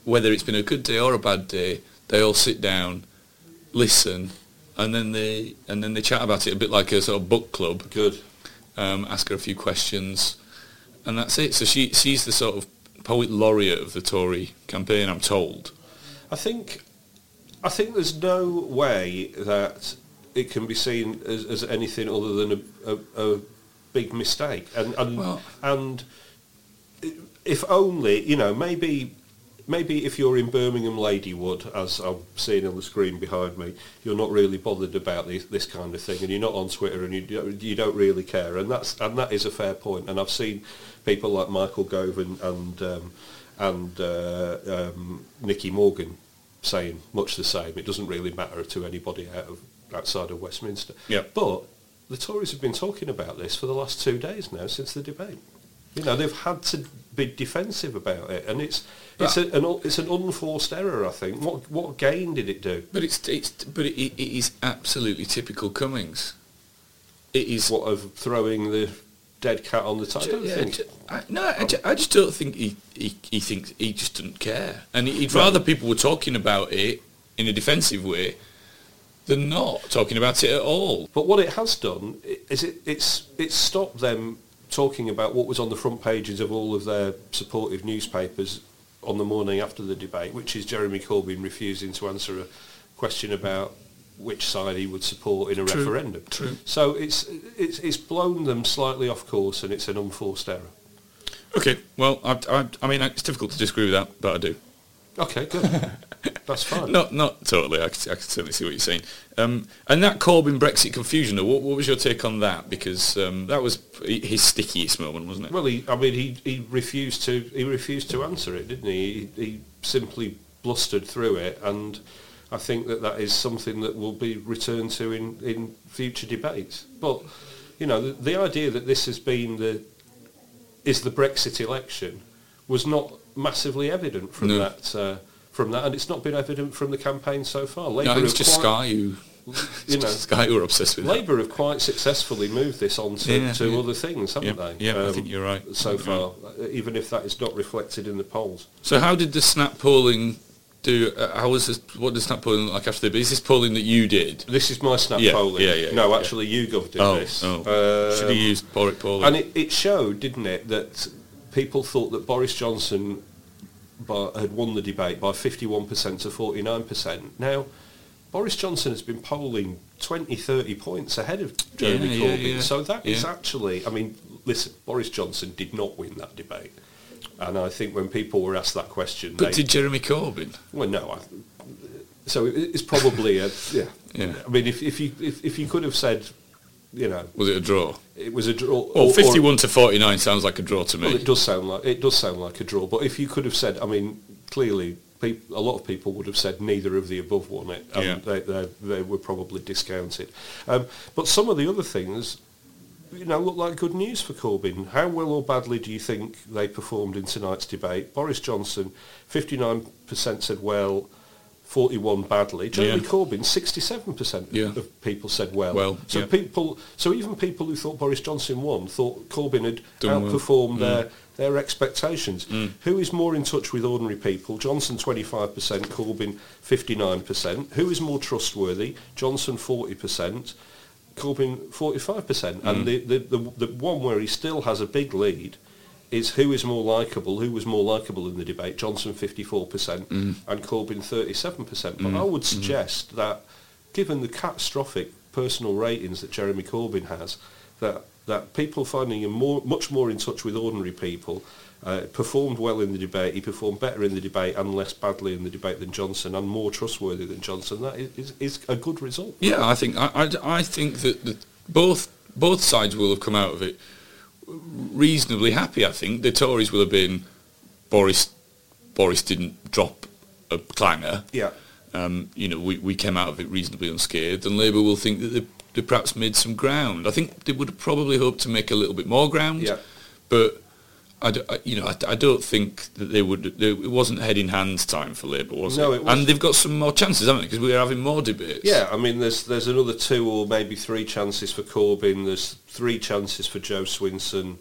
S3: whether it's been a good day or a bad day, they all sit down, listen, and then they and then they chat about it a bit like a sort of book club.
S4: Good.
S3: Um, ask her a few questions, and that's it. So she she's the sort of poet laureate of the Tory campaign, I'm told.
S4: I think, I think there's no way that it can be seen as, as anything other than a, a, a big mistake, and and
S3: Well-
S4: and if only you know maybe. Maybe if you're in Birmingham Ladywood, as I'm seeing on the screen behind me, you're not really bothered about this, this kind of thing, and you're not on Twitter, and you don't, you don't really care, and that's and that is a fair point. And I've seen people like Michael Gove and and, um, and uh, um, Nicky Morgan saying much the same. It doesn't really matter to anybody out of outside of Westminster.
S3: Yep.
S4: But the Tories have been talking about this for the last two days now since the debate. You know, they've had to be defensive about it, and it's it's
S3: Ah.
S4: a, an it's an unforced error. I think. What what gain did it do?
S3: But it's it's but it, it is absolutely typical Cummings. It is.
S4: What of throwing the dead cat on the top? I don't
S3: yeah,
S4: think.
S3: ju- I- no, I, ju- I just don't think he, he, he thinks he just doesn't care, and he- he'd rather people were talking about it in a defensive way than not talking about it at all.
S4: But what it has done i- is it, it's it's stopped them talking about what was on the front pages of all of their supportive newspapers on the morning after the debate, which is Jeremy Corbyn refusing to answer a question about which side he would support in a
S3: True,
S4: referendum.
S3: true.
S4: So it's, it's it's blown them slightly off course, and it's an unforced error.
S3: Okay, well, I, I, I mean, it's difficult to disagree with that, but I do.
S4: Okay, good. That's fine.
S3: Not not totally. I can, I can certainly see what you're saying. Um, and that Corbyn Brexit confusion. though, What, what was your take on that? Because um, that was his stickiest moment, wasn't it?
S4: Well, he, I mean, he, he refused to he refused to answer it, didn't he? he? He simply blustered through it, and I think that that is something that will be returned to in, in future debates. But you know, the, the idea that this has been the is the Brexit election was not massively evident from
S3: No.
S4: that uh, from that, and it's not been evident from the campaign so far. Labour
S3: no, I think it's
S4: have
S3: just Sky
S4: quite-
S3: who,
S4: you know.
S3: Sky who are obsessed with it.
S4: Labour have quite successfully moved this on to,
S3: Yeah,
S4: to
S3: yeah.
S4: other things, haven't
S3: Yeah,
S4: they? Um,
S3: yeah, I think you're right.
S4: So
S3: You're
S4: far, uh, even if that is not reflected in the polls.
S3: So how did the snap polling do? Uh, how was this? What does snap polling look like after the? Is this polling that you did?
S4: This is my snap
S3: Yeah,
S4: polling.
S3: yeah, yeah,
S4: no,
S3: yeah.
S4: actually, YouGov did
S3: Oh,
S4: this.
S3: oh.
S4: Um,
S3: should have used Boric polling.
S4: And it, it showed, didn't it, that people thought that Boris Johnson by, had won the debate by 51% to 49%. Now, Boris Johnson has been polling 20, 30 points ahead of Jeremy
S3: Yeah, yeah,
S4: Corbyn.
S3: yeah.
S4: So that is
S3: Yeah.
S4: actually, I mean, listen, Boris Johnson did not win that debate. And I think when people were asked that question,
S3: but
S4: they,
S3: did Jeremy Corbyn?
S4: well, no. I, so it, it's probably a yeah.
S3: Yeah.
S4: I mean, if, if you if, if you could have said, you know,
S3: Was it a draw?
S4: it was a draw.
S3: Oh,
S4: or- or-
S3: 51 to 49 sounds like a draw to
S4: well, it
S3: me.
S4: does sound like it does sound like a draw. But if you could have said, I mean, clearly, peop a lot of people would have said neither of the above won it, and
S3: Yeah.
S4: they, they they were probably discounted. Um, but some of the other things, you know, look like good news for Corbyn. How well or badly do you think they performed in tonight's debate? Boris Johnson, fifty nine percent said well. 41 badly. Jeremy
S3: Yeah.
S4: Corbyn, 67%
S3: Yeah.
S4: of people said well.
S3: Well,
S4: so
S3: yeah.
S4: people, so even people who thought Boris Johnson won thought Corbyn had
S3: Done well. Mm.
S4: outperform their their expectations. Who is more in touch with ordinary people? Johnson 25%, Corbyn 59%. Who is more trustworthy? Johnson 40%, Corbyn 45%.
S3: Mm.
S4: And the, the, the, the one where he still has a big lead is who is more likable, who was more likable in the debate? Johnson 54% and Corbyn 37%. But I would suggest that given the catastrophic personal ratings that Jeremy Corbyn has, that that people finding him more, much more in touch with ordinary people. Uh, performed well in the debate. He performed better in the debate and less badly in the debate than Johnson, and more trustworthy than Johnson. That is, is a good result.
S3: Yeah, I think I, I, I think that the, both both sides will have come out of it reasonably happy. I think the Tories will have been Boris. Boris didn't drop a clanger.
S4: Yeah.
S3: Um, you know, we, we came out of it reasonably unscathed, and Labour will think that they, they perhaps made some ground. I think they would have probably hoped to make a little bit more ground.
S4: Yeah.
S3: But I, do, I- you know, I, I don't think that they would. They, it wasn't head in hands time for Labour, was
S4: No,
S3: it?
S4: it wasn't.
S3: And they've got some more chances, haven't they? Because we are having more debates.
S4: Yeah, I mean, there's there's another two or maybe three chances for Corbyn. There's three chances for Joe Swinson.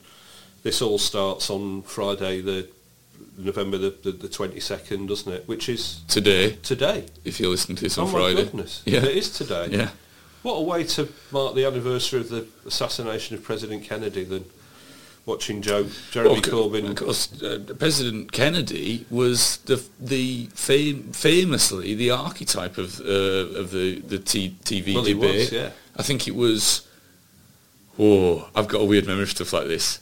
S4: This all starts on Friday, the November the the, the 22nd, doesn't it? Which is
S3: Today,
S4: today.
S3: if you listen to this
S4: oh
S3: on
S4: my
S3: Friday.
S4: goodness,
S3: Yeah.
S4: it is today.
S3: Yeah.
S4: What a way to mark the anniversary of the assassination of President Kennedy than watching Joe Jeremy
S3: Well, co-
S4: Corbyn.
S3: Oh, Of course, uh, President Kennedy was the the fam- famously the archetype of uh, of the the t- TV
S4: Well, he
S3: debate.
S4: was, yeah.
S3: I think it was. Oh, I've got a weird memory of stuff like this.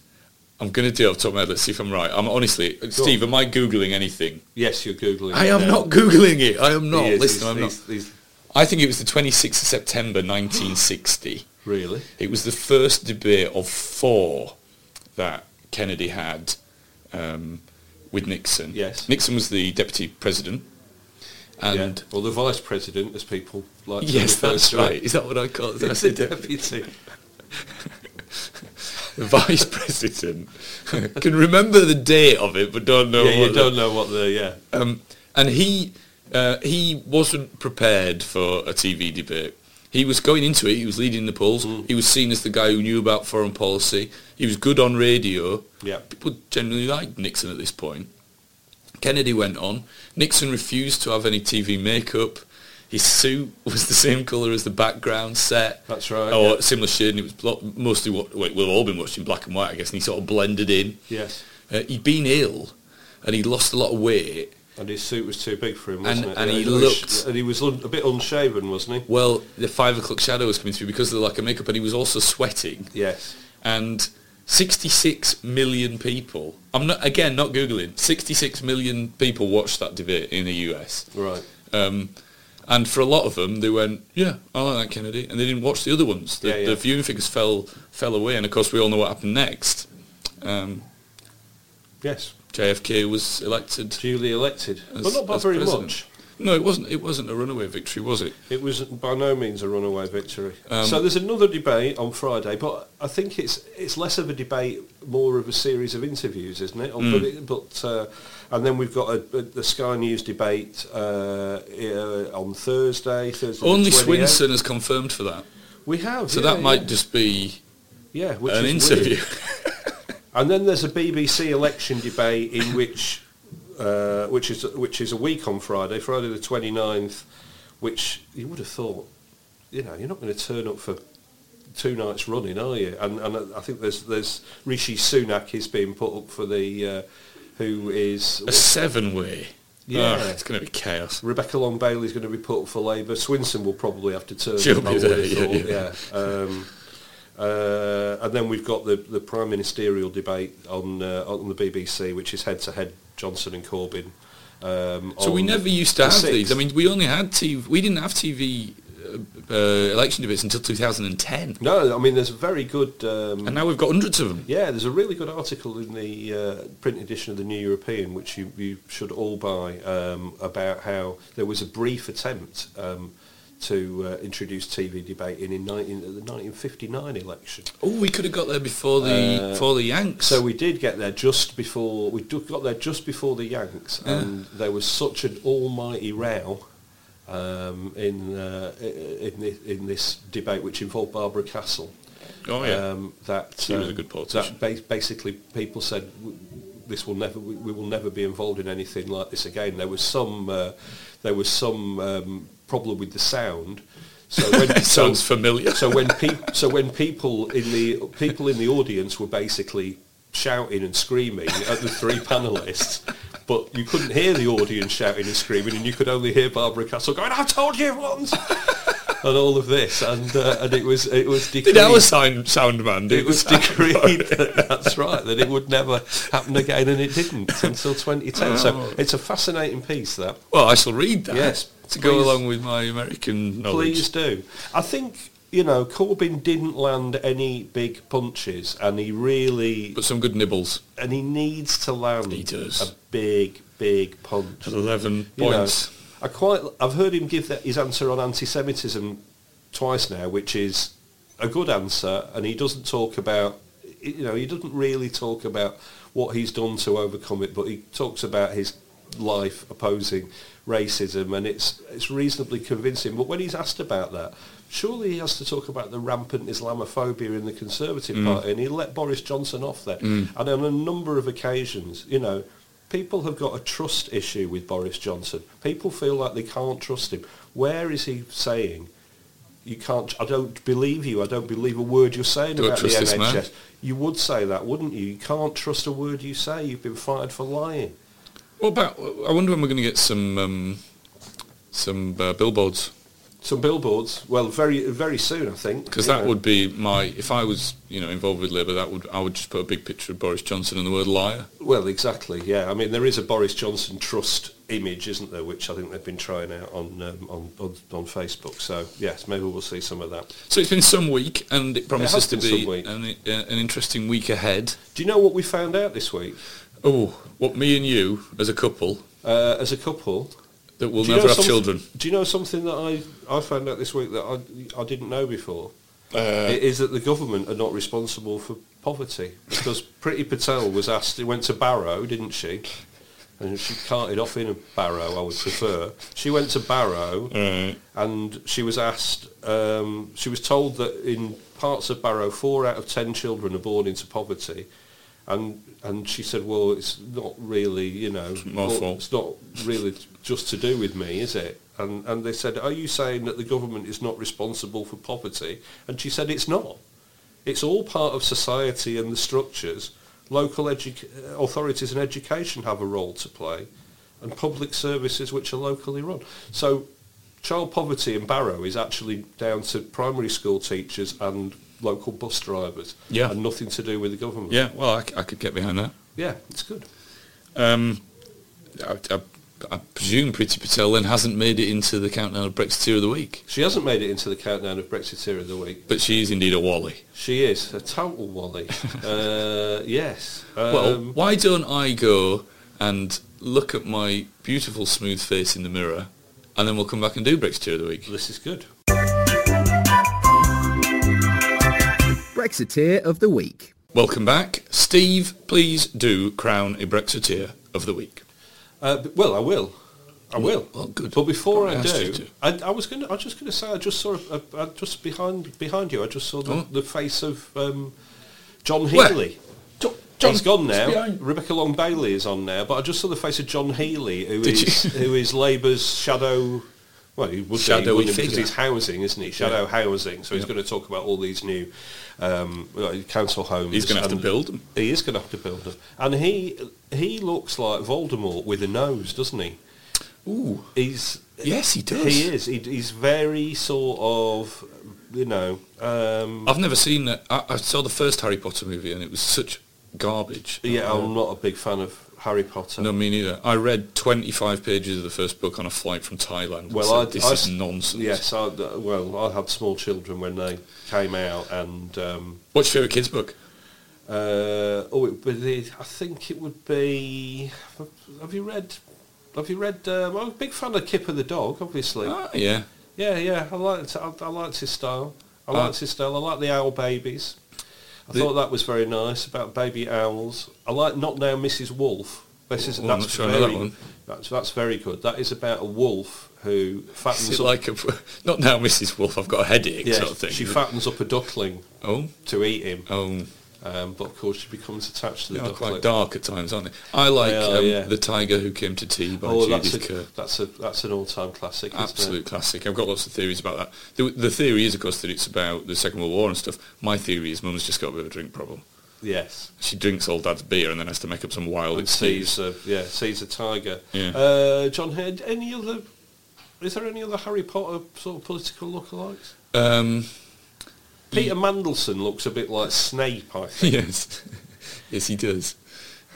S3: I'm going to do it off the top of my head. Let's see if I'm right. I'm honestly, Steve, am I googling anything?
S4: yes, you're googling.
S3: I
S4: it
S3: am
S4: now.
S3: not googling it. I am
S4: He
S3: not.
S4: is,
S3: Listen,
S4: he's-
S3: I'm not.
S4: he's- he's-
S3: I think it was the 26th of September 1960.
S4: really.
S3: It was the first debate of four that Kennedy had um, with Nixon.
S4: Yes.
S3: Nixon was the deputy president. And
S4: yeah. Well, the vice president, as people like. to
S3: yes,
S4: refer
S3: that's
S4: to it.
S3: right. Is that what I call it? That's
S4: the
S3: the deputy.
S4: deputy.
S3: The vice president. Can remember the date of it, but don't know
S4: Yeah,
S3: what
S4: you
S3: the-
S4: don't know what the yeah.
S3: Um, and he uh, he wasn't prepared for a TV debate. He was going into it. He was leading the polls. He was seen as the guy who knew about foreign policy. He was good on radio.
S4: Yeah.
S3: people generally liked Nixon at this point. Kennedy went on. Nixon refused to have any TV makeup. His suit was the same colour as the background set.
S4: That's right,
S3: Or
S4: yeah.
S3: similar shade. And it was blo- mostly what well, we've all been watching black and white, I guess. And he sort of blended in.
S4: Yes.
S3: Uh, he'd been ill, and he'd lost a lot of weight.
S4: And his suit was too big for him, wasn't
S3: And-
S4: it?
S3: and he
S4: was-
S3: looked-
S4: and he was un- a bit unshaven, wasn't he?
S3: Well, the five o'clock shadow was coming through because of the lack of makeup, and he was also sweating.
S4: Yes.
S3: And 66 million people. I'm not again not googling. 66 million people watched that debate in the US,
S4: Right.
S3: um, and for a lot of them, they went, "Yeah, I like that Kennedy," and they didn't watch the other ones. The,
S4: Yeah, yeah.
S3: the viewing figures fell fell away, and of course, we all know what happened next. Um,
S4: Yes.
S3: JFK was elected.
S4: Duly elected,
S3: As-
S4: but not by
S3: as
S4: very
S3: president.
S4: much.
S3: No, it wasn't. It wasn't a runaway victory, was it?
S4: It was by no means a runaway victory.
S3: Um,
S4: so there's another debate on Friday, but I think it's it's less of a debate, more of a series of interviews, isn't it?
S3: Mm.
S4: But, it, but uh, and then we've got a, a, the Sky News debate uh, uh, on Thursday. Thursday the
S3: Only
S4: 28th.
S3: Swinson has confirmed for that.
S4: We have.
S3: So
S4: yeah,
S3: that might
S4: yeah.
S3: just be
S4: yeah, which
S3: an
S4: is
S3: interview.
S4: weird. And then there's a BBC election debate in which, uh, which is which is a week on Friday, Friday the 29th, which you would have thought, you know, you're not going to turn up for two nights running, are you? And, and I think there's there's Rishi Sunak is being put up for the, uh, who is
S3: a seven-way.
S4: Yeah.
S3: Ah, it's going to be chaos.
S4: Rebecca Long Bailey's going to be put up for Labour. Swinson will probably have to turn.
S3: She'll
S4: up, I
S3: be
S4: would
S3: there,
S4: have
S3: yeah,
S4: thought,
S3: yeah.
S4: yeah. Um, uh, and then we've got the, the prime ministerial debate on uh, on the BBC, which is head to head Johnson and Corbyn. Um,
S3: So we
S4: on
S3: never used to
S4: the
S3: have
S4: 6th.
S3: these. I mean, we only had TV. We didn't have TV uh, uh, election debates until 2010,
S4: no, I mean there's a very good. Um,
S3: and now we've got hundreds of them.
S4: yeah, there's a really good article in the uh, print edition of the New European, which you, you should all buy, um, about how there was a brief attempt um, to uh, introduce TV debating in 19, the 1959 election.
S3: Oh, we could have got there before the
S4: Uh,
S3: before the Yanks.
S4: So we did get there just before we do- got there just before the Yanks, and there was such an almighty row um, in uh, i- in, thi- in this debate, which involved Barbara Castle.
S3: oh yeah.
S4: Um, that
S3: She was
S4: um,
S3: a good politician.
S4: That ba- basically, people said "W- this will never we, we will never be involved in anything like this again. There was some uh, there was some um, problem with the sound. So when,
S3: It sounds familiar.
S4: So when peop so when people in the people in the audience were basically shouting and screaming at the three panelists. But you couldn't hear the audience shouting and screaming, and you could only hear Barbara Castle going, "I told you once." and all of this, and uh, and it was it was decreed.
S3: Did our sound, sound man do
S4: it was
S3: the sound
S4: decreed
S3: man?
S4: that that's right that it would never happen again, and it didn't until 2010. So
S3: Oh.
S4: it's a fascinating piece that.
S3: Well, I shall read that.
S4: Yes,
S3: To go
S4: please.
S3: along with my American knowledge.
S4: Please do. I think you know Corbyn didn't land any big punches, and he really
S3: But some good nibbles.
S4: and he needs to land
S3: He does.
S4: a big big punch.
S3: 11
S4: You know,
S3: points.
S4: I quite I've heard him give that, his answer on anti-Semitism twice now, which is a good answer, and he doesn't talk about you know he doesn't really talk about what he's done to overcome it, but he talks about his life opposing racism, and it's it's reasonably convincing. But when he's asked about that, surely he has to talk about the rampant Islamophobia in the Conservative Party, and he let Boris Johnson off there, and on a number of occasions, you know. People have got a trust issue with Boris Johnson. People feel like they can't trust him. Where is he saying, you can't, I don't believe you, I don't believe a word you're saying
S3: Don't
S4: about the
S3: trust this man.
S4: NHS? You would say that, wouldn't you? You can't trust a word you say. You've been fired for lying.
S3: What about, I wonder when we're going to get some um, some uh, billboards.
S4: Some billboards, well, very very soon, I think.
S3: Because
S4: you
S3: that
S4: know.
S3: would be my, if I was, you know, involved with Labour, that would, I would just put a big picture of Boris Johnson and the word liar.
S4: Well, exactly, yeah. I mean, there is a Boris Johnson trust image, isn't there, which I think they've been trying out on, um, on, on, on Facebook. So, yes, maybe we'll see some of that.
S3: So it's been some week, and it promises to
S4: been
S3: be
S4: some week.
S3: an, uh, an interesting week ahead.
S4: Do you know what we found out this week?
S3: Oh, what me and you, as a couple,
S4: Uh, as a couple,
S3: that will
S4: Do you
S3: never
S4: know
S3: have
S4: some-
S3: children.
S4: Do you know something that I, I found out this week that I, I didn't know before?
S3: Uh,
S4: It is that the government are not responsible for poverty because Pretty Patel was asked, she went to Barrow, didn't she? And she carted off in a barrow, I would prefer. She went to Barrow and she was asked, um, she was told that in parts of Barrow, four out of ten children are born into poverty. And, and she said, well, it's not really, you know,
S3: my
S4: well,
S3: fault.
S4: it's not really just to do with me, is it? And, and they said, are you saying that the government is not responsible for poverty? And she said, it's not. It's all part of society and the structures. Local edu- authorities and education have a role to play, and public services which are locally run. So child poverty in Barrow is actually down to primary school teachers and local bus drivers,
S3: Yeah.
S4: and nothing to do with the government.
S3: yeah, well, I, c- I could get behind that.
S4: Yeah, it's good.
S3: Um, I, I, I presume Priti Patel then hasn't made it into the countdown of Brexiteer of the week,
S4: She hasn't made it into the countdown of Brexiteer of the week.
S3: but she is indeed a Wally.
S4: She is a total wally. uh, yes. Um,
S3: well, why don't I go and look at my beautiful smooth face in the mirror, and then we'll come back and do Brexiteer of the week.
S4: this is good.
S5: Brexiteer of the Week.
S3: Welcome back, Steve. Please do crown a Brexiteer of the week.
S4: Uh, b- well, I will. I will.
S3: well, good.
S4: But before I,
S3: I asked you
S4: do,
S3: to.
S4: I, I was going. I was just going to say. I just saw. A, a, I just behind behind you. I just saw the,
S3: Oh.
S4: the face of um, John
S3: Where?
S4: Healy.
S3: John,
S4: He's gone now. Rebecca Long Bailey is on now. But I just saw the face of John Healy, who
S3: Did
S4: is
S3: you?
S4: who is Labour's shadow. Well, he would be,
S3: Shadowy
S4: wouldn't he? because
S3: figure.
S4: he's housing, isn't he? Shadow housing. So he's going to talk about all these new um, well, council homes.
S3: He's going to have to
S4: and-
S3: build them.
S4: he is going to have to build them, and he he looks like Voldemort with a nose, doesn't he?
S3: Ooh,
S4: He's
S3: yes, he does.
S4: he is. He, he's very sort of you know. Um,
S3: I've never seen that. I, I saw the first Harry Potter movie, and it was such garbage.
S4: yeah, I'm not a big fan of Harry Potter.
S3: No, me neither. I read 25 pages of the first book on a flight from Thailand.
S4: Well,
S3: Well, I,
S4: I'd-
S3: this
S4: I'd-
S3: is nonsense.
S4: Yes, I, well, I had small children when they came out, and um,
S3: What's your favourite kids book?
S4: uh, oh, it would be, I think it would be. Have you read? Have you read? Um, I'm a big fan of Kipper the dog, obviously.
S3: Ah, yeah.
S4: Yeah, yeah, I liked I, I liked his style. I
S3: Uh,
S4: liked his style. I liked the owl babies. I
S3: The-
S4: thought that was very nice about baby owls. I like not now Mrs. Wolf. This is
S3: Oh, I'm
S4: that's
S3: not sure I know
S4: very
S3: that one.
S4: that's that's very good. That is about a wolf who fattens
S3: Is it
S4: up.
S3: like a... Not now, Mrs. Wolf, I've got a headache
S4: yeah,
S3: sort of thing.
S4: she fattens up a duckling
S3: oh,
S4: to eat him,
S3: oh.
S4: um, but of course she becomes attached to
S3: They
S4: the
S3: are
S4: duckling.
S3: quite dark at times, aren't they? I like
S4: They are,
S3: um,
S4: yeah.
S3: The Tiger Who Came to Tea by
S4: Oh, that's a,
S3: Judith Kerr.
S4: that's a that's an all-time classic. isn't it?
S3: Absolute classic. I've got lots of theories about that. The, the theory is, of course, that it's about the Second World War and stuff. My theory is mum's just got a bit of a drink problem.
S4: Yes.
S3: She drinks old dad's beer and then has to make up some wild
S4: and
S3: excuse.
S4: sees a yeah sees a tiger.
S3: Yeah.
S4: Uh, John Head, any other Is there any other Harry Potter sort of political lookalikes?
S3: Um,
S4: Peter Mandelson looks a bit like Snape, I think.
S3: yes, yes, he does.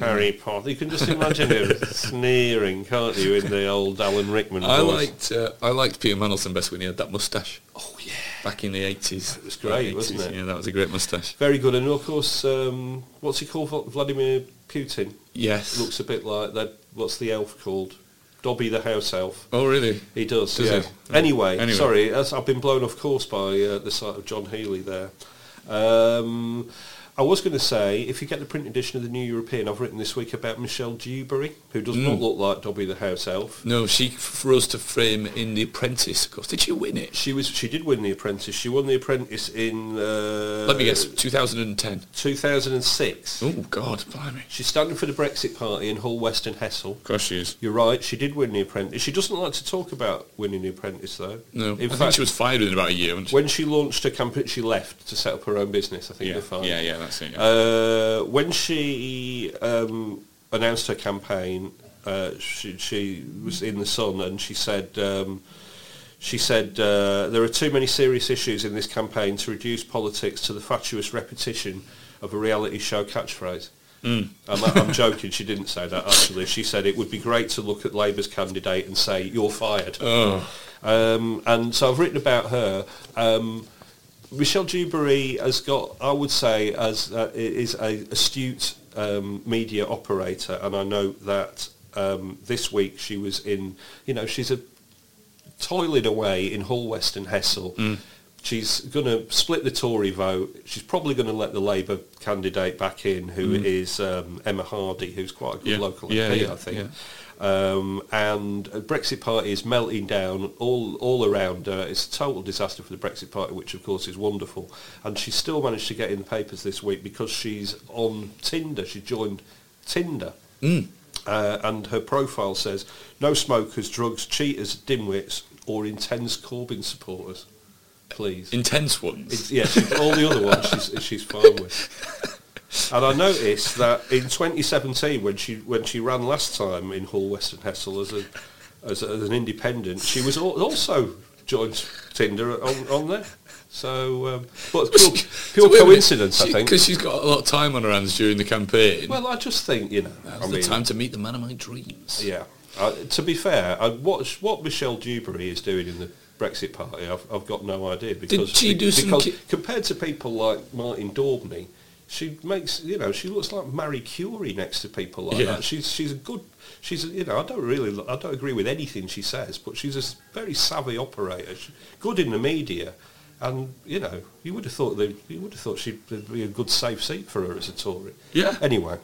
S4: Harry Potter. You can just imagine him sneering, can't you, in the old Alan Rickman voice.
S3: I liked uh, I liked Peter Mandelson best when he had that mustache
S4: Oh, yeah.
S3: back in the eighties. It
S4: was great, wasn't it?
S3: Yeah, that was a great mustache.
S4: Very good. And, of course, um, what's he called? Vla- Vladimir Putin.
S3: Yes.
S4: Looks a bit like that. What's the elf called? Dobby the house elf.
S3: oh really?
S4: He does,
S3: Does
S4: yeah.
S3: he? Oh,
S4: Anyway,
S3: Anyway.
S4: sorry, as I've been blown off course by uh, the sight of John Healy there. Um, I was going to say, if you get the print edition of the New European, I've written this week about Michelle Dewberry, who does
S3: Mm.
S4: not look like Dobby the House Elf.
S3: No, she froze to frame in The Apprentice. Of course, did she win it?
S4: She was, she did win the Apprentice. She won the Apprentice in uh,
S3: Let me guess, 2010.
S4: 2006.
S3: Oh God, blimey!
S4: She's standing for the Brexit Party in Hull, West, and Hessel.
S3: Of course she is.
S4: You're right. She did win the Apprentice. She doesn't like to talk about winning the Apprentice, though.
S3: No,
S4: in
S3: I
S4: fact,
S3: think she was fired within about a year. Wasn't she?
S4: when she launched her campaign, she left to set up her own business. I think
S3: yeah,
S4: you're fine.
S3: yeah, yeah, that's it. yeah.
S4: Uh, when she um, announced her campaign, uh, she, she was in the Sun and she said um, she said uh, there are too many serious issues in this campaign to reduce politics to the fatuous repetition of a reality show catchphrase.
S3: Hmm.
S4: I'm, I'm joking. She didn't say that actually. She said it would be great to look at Labour's candidate and say you're fired.
S3: Oh.
S4: Um, and so I've written about her. Um, Michelle Dewberry has got, I would say, as uh, i- is a astute um, media operator, and I know that um, this week she was in, you know, she's a toiling away in Hull, West and Hessel.
S3: Mm.
S4: She's going to split the Tory vote. She's probably going to let the Labour candidate back in, who is um, Emma Hardy, who's quite a good
S3: Mm. Yeah.
S4: local
S3: Yeah,
S4: MP,
S3: yeah,
S4: I think.
S3: yeah.
S4: Um, and Brexit Party is melting down all all around her. It's a total disaster for the Brexit Party, which of course is wonderful. And she still managed to get in the papers this week because she's on Tinder. She joined Tinder. Uh, and her profile says, no smokers, drugs, cheaters, dimwits, or intense Corbyn supporters, please.
S3: Intense ones.
S4: It's, yeah, she's, all the other ones she's, she's fine with. And I noticed that in 2017, when she when she ran last time in Hull, Western Hessel as a as, a, as an independent, she was al- also joined Tinder on, on there. So, um, but pure, pure coincidence, I think.
S3: because she's got a lot of time on her hands during the campaign.
S4: Well, I just think you know,
S3: Now's
S4: I
S3: the
S4: mean,
S3: time to meet the man of my dreams.
S4: yeah. Uh, to be fair, I, what what Michelle Dewberry is doing in the Brexit Party, I've, I've got no idea because
S3: she do some
S4: because
S3: ki-
S4: compared to people like Martin Daubney, she makes you know she looks like Marie Curie next to people like
S3: Yeah.
S4: that. She's she's a good she's a, you know I don't really li- I don't agree with anything she says, but she's a s- very savvy operator, she, good in the media. And you know, you would have thought that you would have thought she'd there'd be a good safe seat for her as a Tory.
S3: Yeah.
S4: Anyway,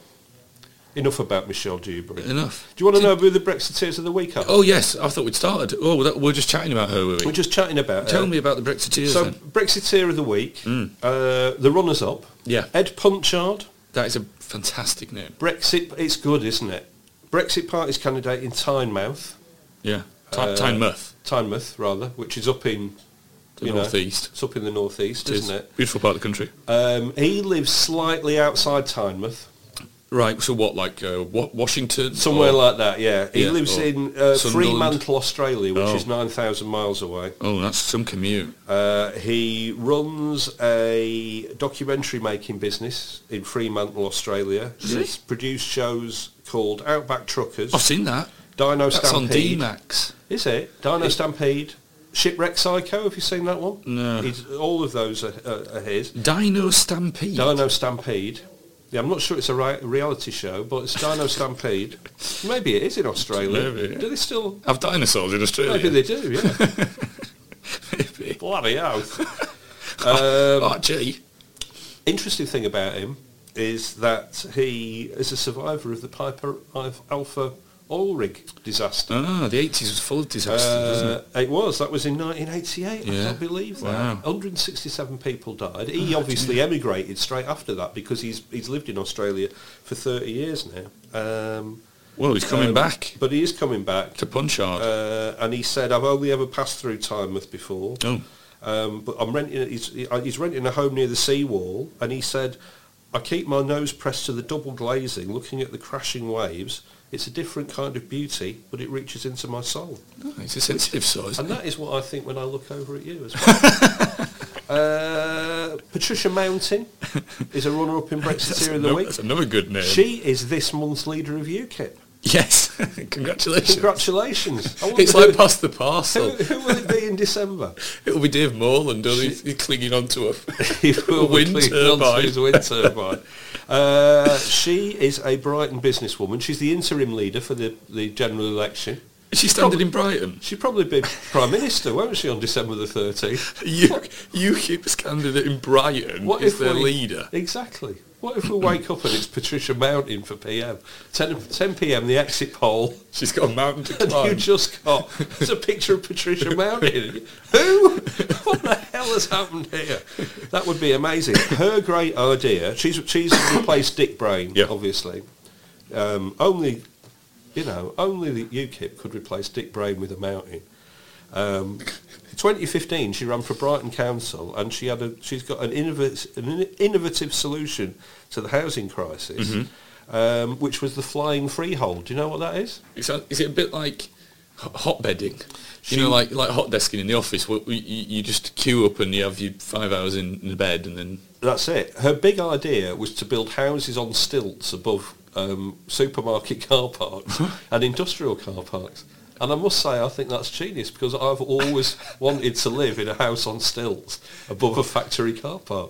S4: enough about Michelle Dewberry.
S3: Enough.
S4: Do you want to know who the Brexiteers of the week are?
S3: Oh yes, I thought we'd started. Oh, that, we're just chatting about her, were we?
S4: We're just chatting about.
S3: Tell
S4: her.
S3: me about the Brexiteers.
S4: So
S3: then. Hmm.
S4: Brexiteer of the week, uh, the runners-up.
S3: Yeah.
S4: Ed Punchard,
S3: That is a fantastic name.
S4: Brexit. It's good, isn't it? Brexit Party's candidate in Tynemouth,
S3: Yeah, Ty- Tynemouth,
S4: Tynemouth rather, which is up in
S3: the
S4: Uh, you know,
S3: northeast.
S4: It's up in the northeast,
S3: It is.
S4: isn't it?
S3: Beautiful part of the country.
S4: Um, he lives slightly outside Tynemouth,
S3: Right. So what, like uh, wa- Washington?
S4: somewhere
S3: or-
S4: like that. Yeah, he
S3: Oh. Yeah,
S4: lives
S3: or
S4: in uh,
S3: Sunderland.
S4: Fremantle, Australia, which
S3: Oh.
S4: is nine thousand miles away.
S3: Oh, that's some commute.
S4: Uh, he runs a documentary making business in Fremantle, Australia.
S3: Does he?
S4: He's produced shows called Outback Truckers,
S3: I've seen that.
S4: Dino
S3: That's on D
S4: Stampede.
S3: Max.
S4: Is it? Dino Stampede, Shipwreck Psycho, have you seen that one?
S3: No.
S4: He's, all of those are, are, are his.
S3: Dino Stampede.
S4: Dino Stampede. Yeah, I'm not sure it's a ri- reality show, but it's Dino Stampede. Maybe it is in Australia.
S3: Maybe, yeah.
S4: Do they still?
S3: Have dinosaurs in Australia?
S4: Maybe they do, yeah.
S3: Maybe.
S4: Bloody hell. Um,
S3: oh, gee.
S4: interesting thing about him is that he is a survivor of the Piper Al- Alpha oil rig disaster.
S3: Ah, the 80s was full of disasters, wasn't it?
S4: Uh, it was. That was in 1988. I
S3: Yeah.
S4: can't believe that.
S3: Wow.
S4: 167 people died. He obviously emigrated straight after that because he's he's lived in Australia for 30 years now. Um,
S3: Well, he's coming
S4: um,
S3: back
S4: but he is coming back.
S3: to Punchard.
S4: Uh, and he said, "I've only ever passed through Tynemouth before,
S3: Oh.
S4: uh, um, but I'm renting. He's, he's renting a home near the seawall." And he said, I keep my nose pressed to the double glazing, looking at the crashing waves. It's a different kind of beauty, but it reaches into my soul.
S3: Oh, it's a sensitive size.
S4: And that is what I think when I look over at you as well. uh, Patricia Mountain is a runner-up in Brexiteer of the Week.
S3: that's another good name.
S4: She is this month's leader of UKIP.
S3: yes, congratulations.
S4: Congratulations. I wonder
S3: It's like
S4: who,
S3: past the parcel.
S4: who, who will it be in December?
S3: It'll be Dave Morland, will he? He's clinging onto a
S4: He will be
S3: wind
S4: cleaning onto
S3: turbine.
S4: his wind turbine. Uh, she is a Brighton businesswoman. She's the interim leader for the, the general election.
S3: She standing in Brighton.
S4: She'll probably be Prime Minister, won't she, on December the 13th?
S3: You, UKIP's candidate in Brighton
S4: What
S3: is
S4: if
S3: their
S4: we-
S3: leader.
S4: Exactly. What if we wake up and it's Patricia Mountain for PM? 10, 10 PM, the exit poll,
S3: She's got a mountain to
S4: and you
S3: climb.
S4: just got, there's a picture of Patricia Mountain. Who? What the hell has happened here? That would be amazing. Her great idea, she's, she's replaced Dick Brain,
S3: Yeah.
S4: obviously. Um, only, you know, only the UKIP could replace Dick Brain with a mountain. Um, 2015, she ran for Brighton Council, and she had a she's got an innovative an in- innovative solution to the housing crisis, um, which was the flying freehold. Do you know what that is?
S3: Is, that, is it a bit like ho- hot bedding?
S4: She-
S3: you know, like like hot desking in the office. Where you, you just queue up and you have your five hours in, in the bed, and then
S4: That's it. Her big idea was to build houses on stilts above um, supermarket car parks and industrial car parks. And I must say, I think that's genius because I've always wanted to live in a house on stilts above a factory car park.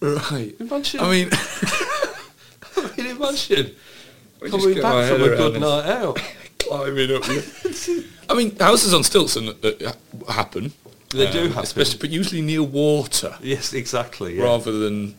S3: right.
S4: Imagine.
S3: I mean,
S4: Can you imagine?
S3: We just
S4: Coming
S3: get our
S4: back
S3: head
S4: from a
S3: around
S4: good
S3: it.
S4: night out.
S3: climbing up. I mean, houses on stilts and, uh, ha- happen. Uh,
S4: They do happen.
S3: especially but usually near water
S4: Yes, exactly. Yeah.
S3: rather than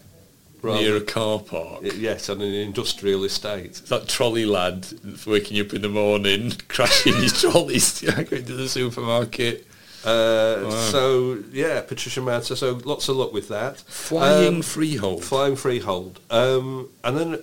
S4: Rather-
S3: near a car park.
S4: Y- Yes, on an industrial estate.
S3: that trolley lad that's waking you up in the morning, crashing his trolleys, going to the supermarket,
S4: Uh, So, yeah, Patricia Mountain. So lots of luck with that.
S3: flying
S4: Um,
S3: freehold.
S4: Flying freehold. Um, and then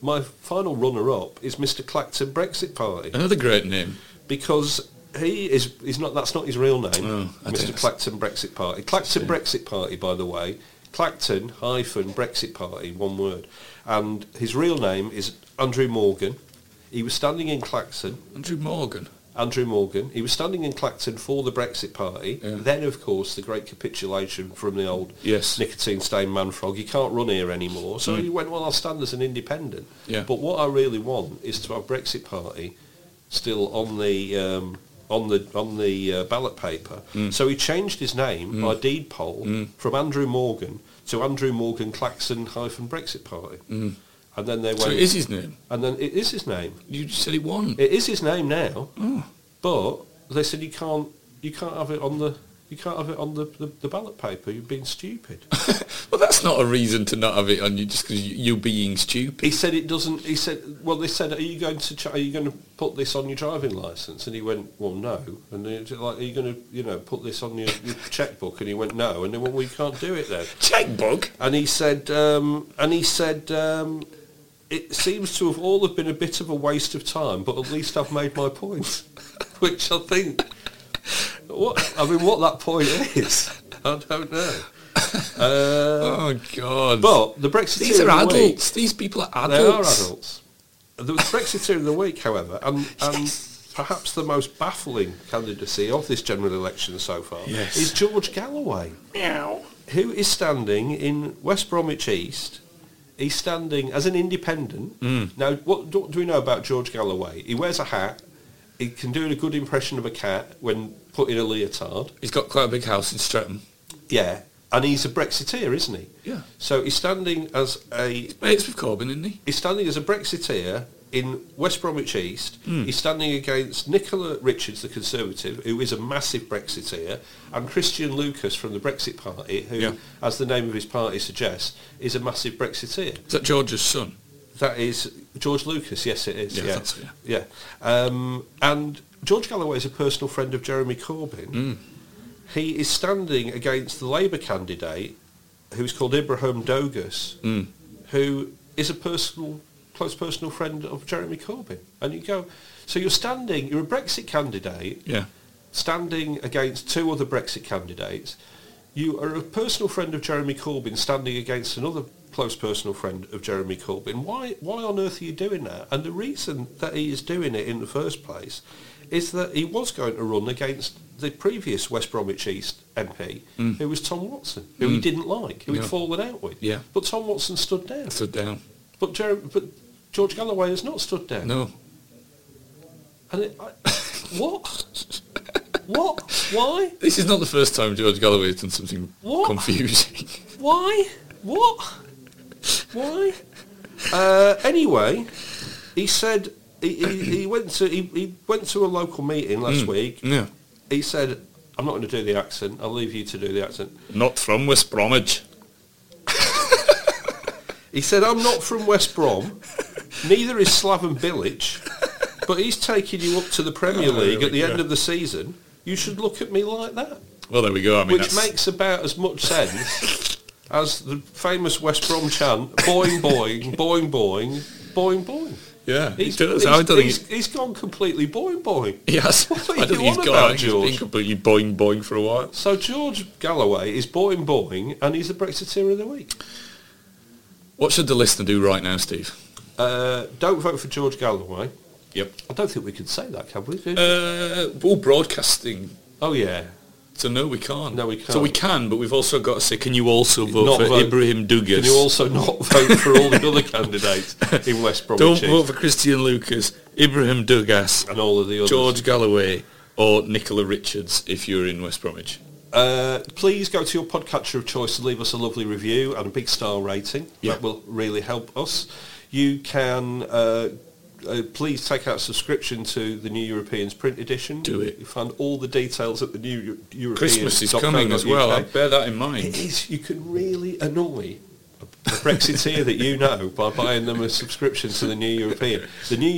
S4: my final runner-up is Mr Clacton Brexit Party
S3: Another great name.
S4: because he is he's not that's not his real name.
S3: Oh, I think
S4: Mr
S3: that's-
S4: Clacton Brexit Party. Clacton Brexit Party, by the way. Clacton hyphen Brexit Party, one word. And his real name is Andrew Morgan. He was standing in Clacton
S3: Andrew Morgan.
S4: Andrew Morgan. He was standing in Clacton for the Brexit Party.
S3: Yeah.
S4: Then, of course, the great capitulation from the old
S3: Yes. Mm.
S4: nicotine-stained man frog. You can't run here anymore. So he went, well, I'll stand as an independent.
S3: Yeah.
S4: But what I really want is to have Brexit Party still on the um, on the on the uh, ballot paper.
S3: Mm.
S4: So he changed his name by deed poll from Andrew Morgan to Andrew Morgan Claxon hyphen Brexit Party. And then they
S3: Mm.
S4: went.
S3: So it is his name.
S4: and then it is his name.
S3: You just said it won.
S4: It is his name now, but they said you can't you can't have it on the you can't have it on the, the, the ballot paper. You've been stupid.
S3: well, that's not a reason to not have it on you just because you're being stupid.
S4: he said it doesn't. He said, well, they said, are you going to ch- are you going to put this on your driving license? And he went, well, no. And they said, like, are you going to you know put this on your, your checkbook? And he went, no. And they went, well, you can't do it then.
S3: Checkbook?
S4: and he said, um, and he said, um, it seems to have all have been a bit of a waste of time, but at least I've made my point, which I think, what I mean, what that point is, I don't know. Uh,
S3: Oh, God.
S4: but the Brexiteer
S3: These are
S4: of the week-
S3: adults. These people are adults.
S4: they are adults. The Brexiteer of the week, however, and, and perhaps the most baffling candidacy of this general election so far
S3: Yes.
S4: is George Galloway. Who is standing in West Bromwich East? He's standing as an independent. Now, what do, do we know about George Galloway? He wears a hat. He can do a good impression of a cat when put in a leotard.
S3: He's got quite a big house in Streatham.
S4: Yeah. And he's a Brexiteer, isn't he?
S3: Yeah.
S4: So he's standing as a
S3: Mates with Corbyn, isn't he?
S4: He's standing as a Brexiteer in West Bromwich East.
S3: Hmm.
S4: He's standing against Nicola Richards, the Conservative, who is a massive Brexiteer, and Christian Lucas from the Brexit Party, who,
S3: Yeah.
S4: as the name of his party suggests, is a massive Brexiteer.
S3: Is that George's son?
S4: That is George Lucas. Yes, it is.
S3: Yeah,
S4: Yeah, yeah.
S3: that's it,
S4: Um, and George Galloway is a personal friend of Jeremy Corbyn.
S3: Hmm.
S4: He is standing against the Labour candidate, who's called Ibrahim Dogus,
S3: Hmm.
S4: who is a personal, close personal friend of Jeremy Corbyn. And you go, so you're standing, you're a Brexit candidate,
S3: Yeah.
S4: standing against two other Brexit candidates. You are a personal friend of Jeremy Corbyn standing against another close personal friend of Jeremy Corbyn. Why, why on earth are you doing that? And the reason that he is doing it in the first place is that he was going to run against the previous West Bromwich East MP, who was Tom Watson, who he didn't like, who
S3: Mm. Yeah.
S4: he'd fallen out with.
S3: Yeah.
S4: But Tom Watson stood down.
S3: stood down.
S4: But, Jer- but George Galloway has not stood down.
S3: No,
S4: And it, I, what? what? Why?
S3: this is not the first time George Galloway has done something
S4: What?
S3: confusing.
S4: Why? What? Why? Uh, anyway, he said he, he, he went to he, he went to a local meeting
S3: Mm.
S4: last week.
S3: yeah,
S4: He said, "I'm not going to do the accent. I'll leave you to do the accent."
S3: not from West Bromwich.
S4: He said, "I'm not from West Brom. Neither is Slaven Bilic, but he's taking you up to the Premier
S3: Oh, there
S4: League
S3: we
S4: at the end
S3: go.
S4: of the season. You should look at me like that."
S3: Well, there we go. I mean,
S4: which
S3: that's-
S4: makes about as much sense as the famous West Brom chant, boing, boing, boing, boing, boing, boing.
S3: yeah,
S4: He's,
S3: he does.
S4: he's,
S3: I don't think
S4: he's- he's gone completely boing, boing.
S3: Yes,
S4: What are
S3: I
S4: you
S3: don't think he's
S4: on
S3: gone. I
S4: about,
S3: think he's been
S4: George?
S3: completely boing boing for a while.
S4: So George Galloway is boing, boing, and he's the Brexiteer of the week.
S3: What should the listener do right now, Steve?
S4: Uh, don't vote for George Galloway.
S3: Yep.
S4: I don't think we can say that, can we?
S3: Uh, well, broadcasting.
S4: oh, yeah.
S3: So no, we can't.
S4: No, we can't.
S3: So we can, but we've also got to say, can you also vote
S4: Not
S3: for
S4: vote.
S3: Ibrahim Dugas?
S4: Can you also not vote for all the other candidates in West
S3: Don't
S4: Bromwich
S3: vote
S4: East
S3: for Christian Lucas, Ibrahim Dugas,
S4: and all of the others?
S3: George Galloway, or Nicola Richards if you're in West Bromwich.
S4: Uh, please go to your podcatcher of choice and leave us a lovely review and a big star rating.
S3: Yeah.
S4: That will really help us. You can uh, uh, please take out a subscription to the New Europeans print edition.
S3: Do it.
S4: You find all the details at the New Eu- Europeans.
S3: Christmas is coming as well. I bear that in mind.
S4: It is. You can really annoy a Brexiteer that you know by buying them a subscription to the New European. The New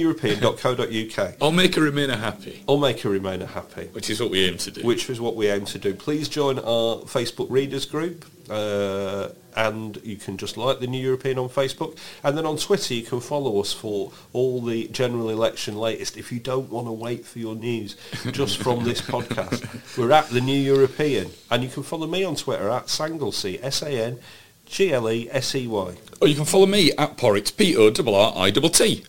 S4: European.co.uk.
S3: I'll make a remainer happy,
S4: Or make a remainer happy
S3: which is what we aim to do.
S4: which was what we aim to do. Please join our Facebook readers group, uh, and you can just like the New European on Facebook, and then on Twitter you can follow us for all the general election latest. If you don't want to wait for your news just from this podcast, we're at the New European, and you can follow me on Twitter at Sanglesey S A N G L E S E Y.
S3: or oh, you can follow me at Porritt, P-O-R-R-I-T-T.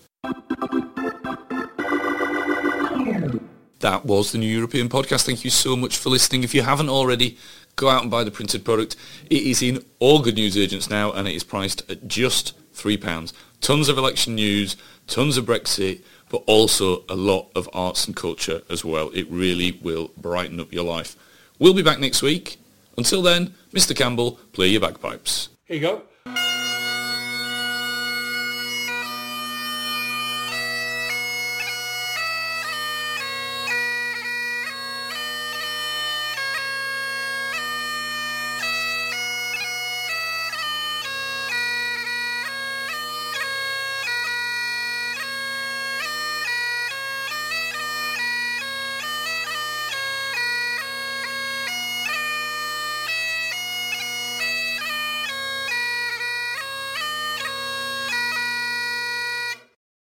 S3: That was the new European podcast. Thank you so much for listening. If you haven't already, go out and buy the printed product. It is in all good news agents now and it is priced at just £3. Tons of election news, tons of Brexit, but also a lot of arts and culture as well. It really will brighten up your life. We'll be back next week. Until then, Mr Campbell, play your bagpipes.
S5: Here you go.